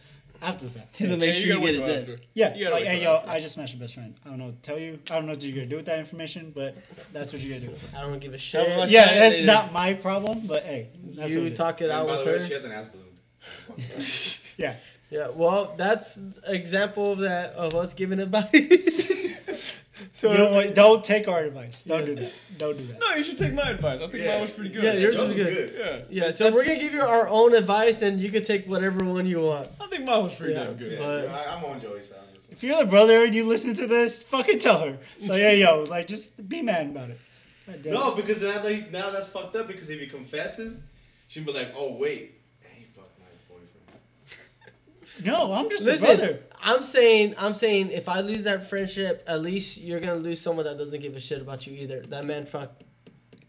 after the fact. To Yeah, make sure you gotta get wait till it done. after. Yeah, You gotta like, wait hey, till yo, after. I just smashed your best friend. I don't know what to tell you. I don't know what you're gonna do with that information, but that's what you're gonna do. I don't give a How shit. much- Yeah, that's later. not my problem, but hey, that's what You it is. talk it And out by the with way, her. she has an ass balloon. Yeah, Yeah, well, that's an example of that of us giving advice. so you don't, want- don't take our advice. Don't do that. Don't do that. No, you should take my advice. I think Yeah. mine was pretty good. Yeah, yours Yours is was good. good. Yeah. Yeah, so we're gonna give you our own advice, and you can take whatever one you want. I think mine was pretty Yeah. damn good. Yeah, But- you know, I, I'm on Joey's side. on this one. If you're the brother and you listen to this, fucking tell her. So yeah, yo, like just be mad about it. God damn it. No, because then I, like, now that's fucked up. Because if he confesses, she'd be like, "Oh wait, hey, fuck my boyfriend." no, I'm just the Listen, brother. I'm saying, I'm saying, if I lose that friendship, at least you're gonna lose someone that doesn't give a shit about you either. That man fucked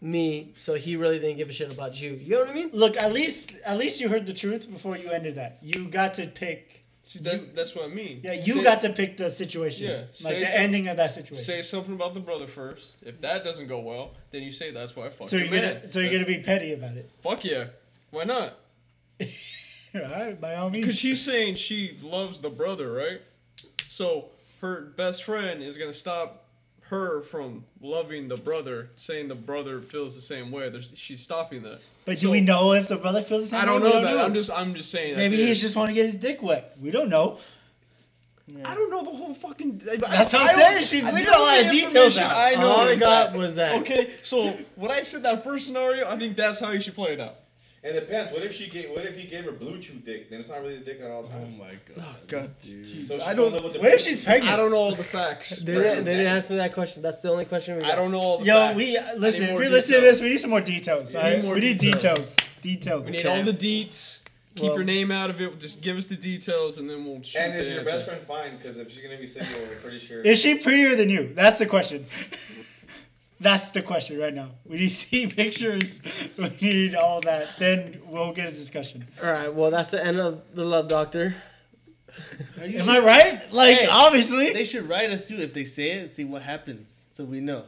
me, so he really didn't give a shit about you. You know what I mean? Look, at least at least you heard the truth before you ended that. You got to pick. See, that's that's what I mean. Yeah, you Say- got to pick the situation. Yeah, like say the some- ending of that situation. Say something about the brother first. If that doesn't go well, then you say that's why I fucked so your you're man. gonna so you're gonna be petty about it. Fuck yeah. Why not? All right, by all Because means. she's saying she loves the brother, right? So her best friend is gonna stop her from loving the brother, saying the brother feels the same way. There's, she's stopping that. But do so- we know if the brother feels the same? I don't way? We know that. I'm just I'm just saying. that's Maybe it. he just want to get his dick wet. We don't know. I don't know the whole fucking. That's what I'm saying. She's leaving a lot of details out. I know. All I is got that- was that. Okay, so when I said that first scenario, I think that's how you should play it out. And it depends. What if she gave? What if he gave her blue chew dick? Then it's not really a dick at all times. my Oh God, Jeez. so she's I gonna don't. live with the What if she's pregnant? I don't know all the facts. They didn't, they didn't ask me that question. That's the only question we got. I don't know all the Yo, facts. we uh, I need listen. If more you're listening to details. this, we need some more details. Yeah, all right? more we need details. details. Details. we need all the deets. Keep Well- your name out of it. Just give us the details, and then we'll. Shoot And the is your answer. best friend fine? Because if she's gonna be single, we're pretty sure. Is she prettier than you? That's the question. That's the question right now. We need to see pictures. We need all that. Then we'll get a discussion. All right. Well, that's the end of the Love Doctor. Am I right? Like, Hey. obviously. They should write us too if they say it and see what happens so we know.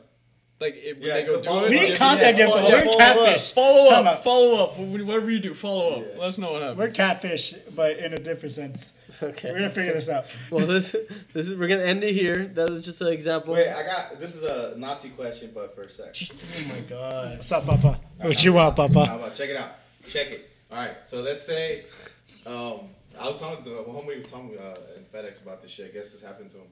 Like, if Yeah, they go do follow it, up. We give need us- contact yeah, info. follow- We're catfish. Follow Time up, out. follow up. Whatever you do, follow up. Yeah. Let us know what happens. We're catfish, but in a different sense. Okay. We're gonna figure this out. Well, this this is we're gonna end it here. That was just an example. Wait, I got this is a Nazi question, but for a sec. Oh my god. What's up, Papa? What you want, How Papa? about check it out? Check it. All right. So let's say, um, I was talking to my homie was talking uh, in FedEx about this shit. I guess this happened to him.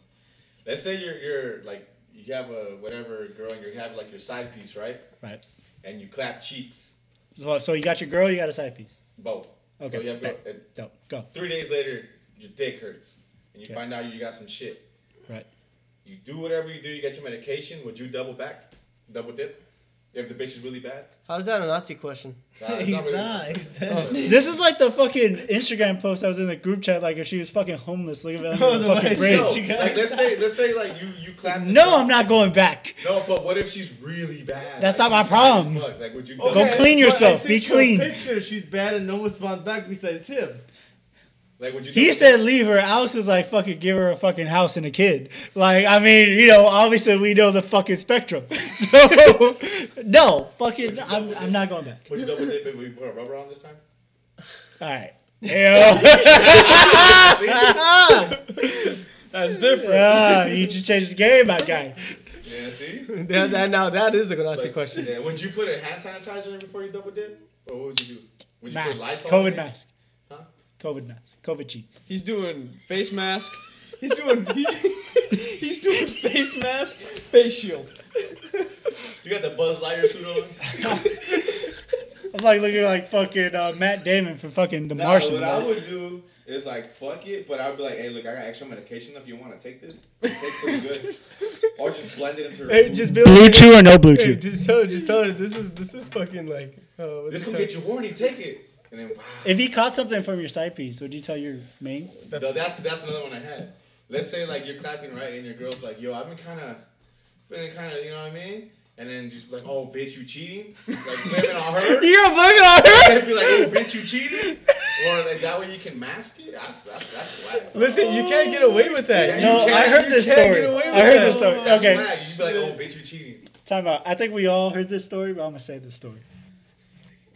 Let's say you're you're like you have a whatever girl and you have like your side piece, right? Right. And you clap cheeks, So- So you got your girl. You got a side piece. both. So Okay. you have bet. and Dope. Go. three days later, your dick hurts, and you Okay. find out you got some shit. Right. You do whatever you do. You get your medication. Would you double back, double dip, if the bitch is really bad? How's that a Nazi question? Nah, it's He's really- not. He's not. This is like the fucking Instagram post I was in the group chat. Like if she was fucking homeless, look at that Oh, the fucking white- bridge. No, She got like let's say let's say like you you clap. the No, dip. I'm not going back. No, but what if she's really bad? That's Like, not my she's bad as problem. fuck. Like, would you Go double, clean yourself. Be clean. Picture. She's bad and no one's responds back besides him. Like, would you? He double- said leave her. Alex is like fucking give her a fucking house and a kid. Like I mean, you know, obviously we know the fucking spectrum. So no, fucking, I'm, I'm not going back. Would you double dip if we put a rubber on this time? All right. Ew. That's different. Ah, you just changed the game, my guy. Yeah, see. that, that, now that is a Nazi Like, question. Yeah. Would you put a hand sanitizer in before you double dip, or what would you do? Would you Mask. in COVID it? mask. Huh? COVID mask. COVID cheats. He's doing face mask. He's doing he's, he's doing face mask, face shield. You got the Buzz Lightyear suit on. I'm like looking like fucking uh, Matt Damon from fucking The Nah, Martian. what I like. would do is like fuck it, but I'd be like, hey, look, I got extra medication. If you want to take this, It tastes pretty good, or just blend it into. her Hey, food. just be like, Blue Chew or no Blue hey, Chew? just tell her, just tell her this is this is fucking like. Uh, what's This it gonna called? get you horny. Take it, and then wow. If he caught something from your side piece, would you tell your main? That's, that's that's another one I had. Let's say like you're clapping right, and your girl's like, "Yo, I've been kind of feeling kind of, you know what I mean?" And then just like, "Oh, bitch, you cheating?" Like blaming on her. You're looking at her. And be like, "Oh, bitch, you cheating?" Or like that way you can mask it. That's that's that's whack. Listen, you can't get away with that. Yeah, No, You I can't- heard you this can't story. get away with I heard that. this story. That's Okay, whack. You'd be like, "Oh, bitch, you cheating?" time out. I think we all heard this story, but I'm gonna say this story.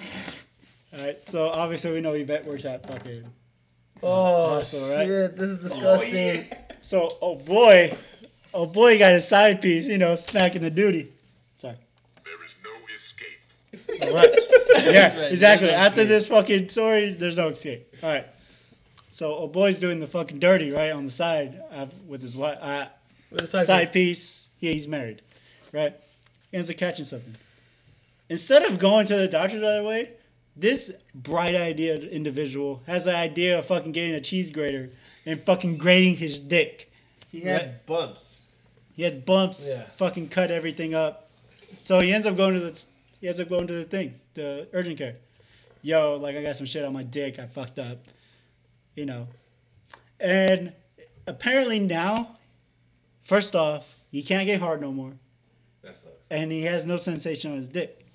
All right. So obviously we know Yvette works at fucking. Oh Hospital, right? shit, this is disgusting. So oh boy, oh boy, he got his side piece. You know, smacking the duty. Sorry. There is no escape. All right. Yeah, right, exactly. there's no After escape. this fucking story, there's no escape. All right. So, oh boy's doing the fucking dirty right on the side uh, with his wife. Uh, With a side, side piece. piece. Yeah, he's married, right? Ends up catching something. Instead of going to the doctor, by the way, this bright idea individual has the idea of fucking getting a cheese grater and fucking grating his dick. He had had bumps. He has bumps, Yeah. fucking cut everything up. So he ends up going to the he ends up going to the thing, the urgent care. Yo, like I got some shit on my dick. I fucked up, you know. And apparently now, first off, he can't get hard no more, That sucks. and he has no sensation on his dick.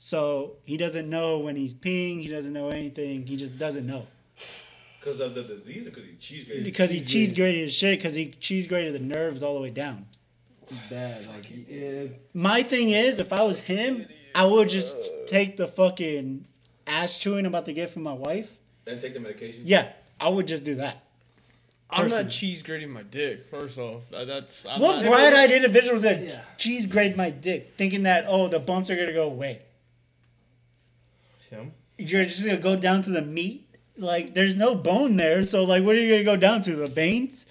So he doesn't know when he's peeing. He doesn't know anything. He just doesn't know Because of the disease, or because you cheese grated. because he cheese grated his shit. Because he cheese grated the nerves all the way down. Bad. Like, yeah. My thing is, if I was him, I would just take the fucking ass chewing I'm about to get from my wife. and take the medication. Yeah, I would just do that. I'm Person. not cheese grating my dick. First off, Uh, that's I'm what not- bright eyed individual is gonna Yeah. cheese grade my dick, thinking that oh the bumps are gonna go away? Him? You're just gonna go down to the meat. Like there's no bone there, so like what are you gonna go down to the veins?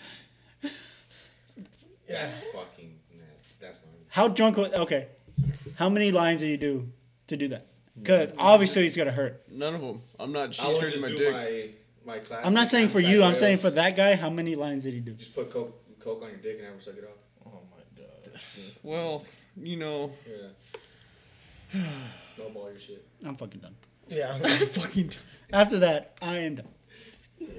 That's fucking. Nah, that's not. How drunk? wa- Okay, how many lines do you do to do that? Because obviously it's gonna hurt. None of them. I'm not I cheese would grating just my do dick. my my class. I'm not saying for you. I'm saying for that guy. How many lines did he do? Just put coke coke on your dick and have her suck it off. Oh my god. Well, you know, Yeah. Snowball your shit. I'm fucking done. Yeah. Fucking. After that, I am done.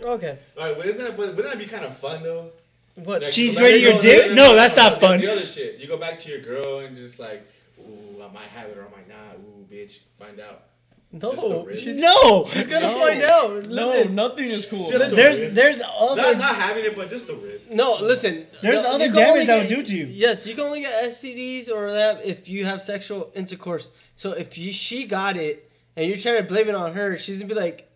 Okay. Like, but isn't it? But wouldn't that be kind of fun though? What? Like, She's you go back- great at your dick? No, that's not that's fun. The other shit, you go back to your girl and just like, ooh, I might have it or I might not. Ooh, bitch, find out. Just the No. risk. She's No, gonna find out. No, Listen. nothing is cool. Just the there's risk. there's not, other. not having it, but just the risk. No, listen. There's no, other you can only damage that get- would do to you. Yes, you can only get STDs or that if you have sexual intercourse. So if you, she got it and you're trying to blame it on her, she's gonna be like,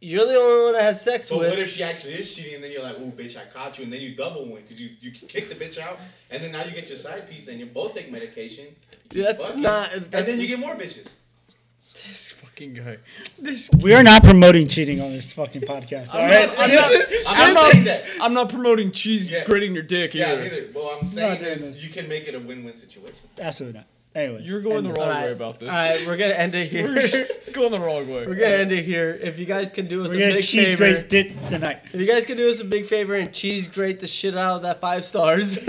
"You're the only one that had sex But with." what if she actually is cheating and then you're like, ooh, bitch, I caught you, and then you double win because you you kick the bitch out, and then now you get your side piece and you both take medication. You Dude, that's fuck it, not- and that's- then you get more bitches. This fucking guy. This. We are not promoting cheating on this fucking podcast. All right, I'm This not- is- I'm not saying that. I'm not promoting cheese Yeah. grating your dick Yeah, either. neither. Well, I'm saying doing is this. you can make it a win-win situation. absolutely not. Anyways, You're going end the this. wrong Alright. way about this. All right, we're gonna end it here. We're going the wrong we're way. gonna end it here. If you guys can do us We're a gonna big cheese favor, graze dits tonight. if you guys can do us a big favor and cheese grate the shit out of that five stars,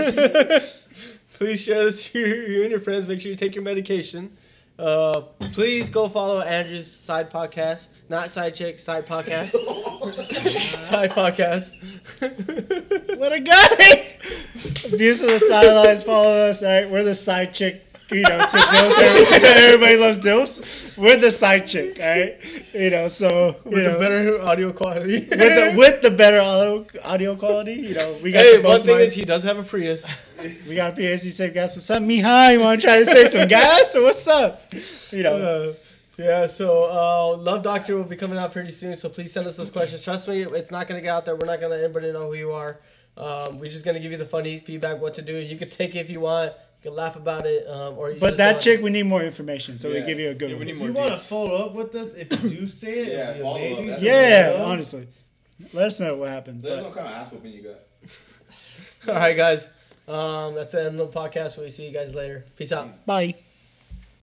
please share this to your, you and your friends. Make sure you take your medication. Uh, please go follow Andrew's side podcast, not side chick, side podcast, side podcast. What a guy! Abuse of the sidelines. Follow us. All right, we're the side chick. You know, to dilfs. Everybody, to everybody loves dilfs. We're the side chick. All right, you know. So you with know, the better audio quality. with the with the better audio, audio quality. You know, we got hey, the one both thing mics. is he does have a Prius. We got PSC save gas. What's up, Mihai? You want to try to save some gas or what's up? You know, Uh, yeah, so uh, Love Doctor will be coming out pretty soon, so please send us those questions. Trust me, it's not going to get out there. We're not going to let anybody know who you are. Um, we're just going to give you the funny feedback, what to do. You can take it if you want. You can laugh about it. Um, or you but just that don't. chick, we need more information, so Yeah. we give you a good Yeah, we one. need You more want to deets. follow up with us if you do say it? Yeah, it'd be follow up. amazing. That's- yeah, Yeah. honestly, let us know what happens. There's But no kind of ass whooping you got. All right, guys. Um, that's the end of the podcast. We'll see you guys later. Peace out. bye.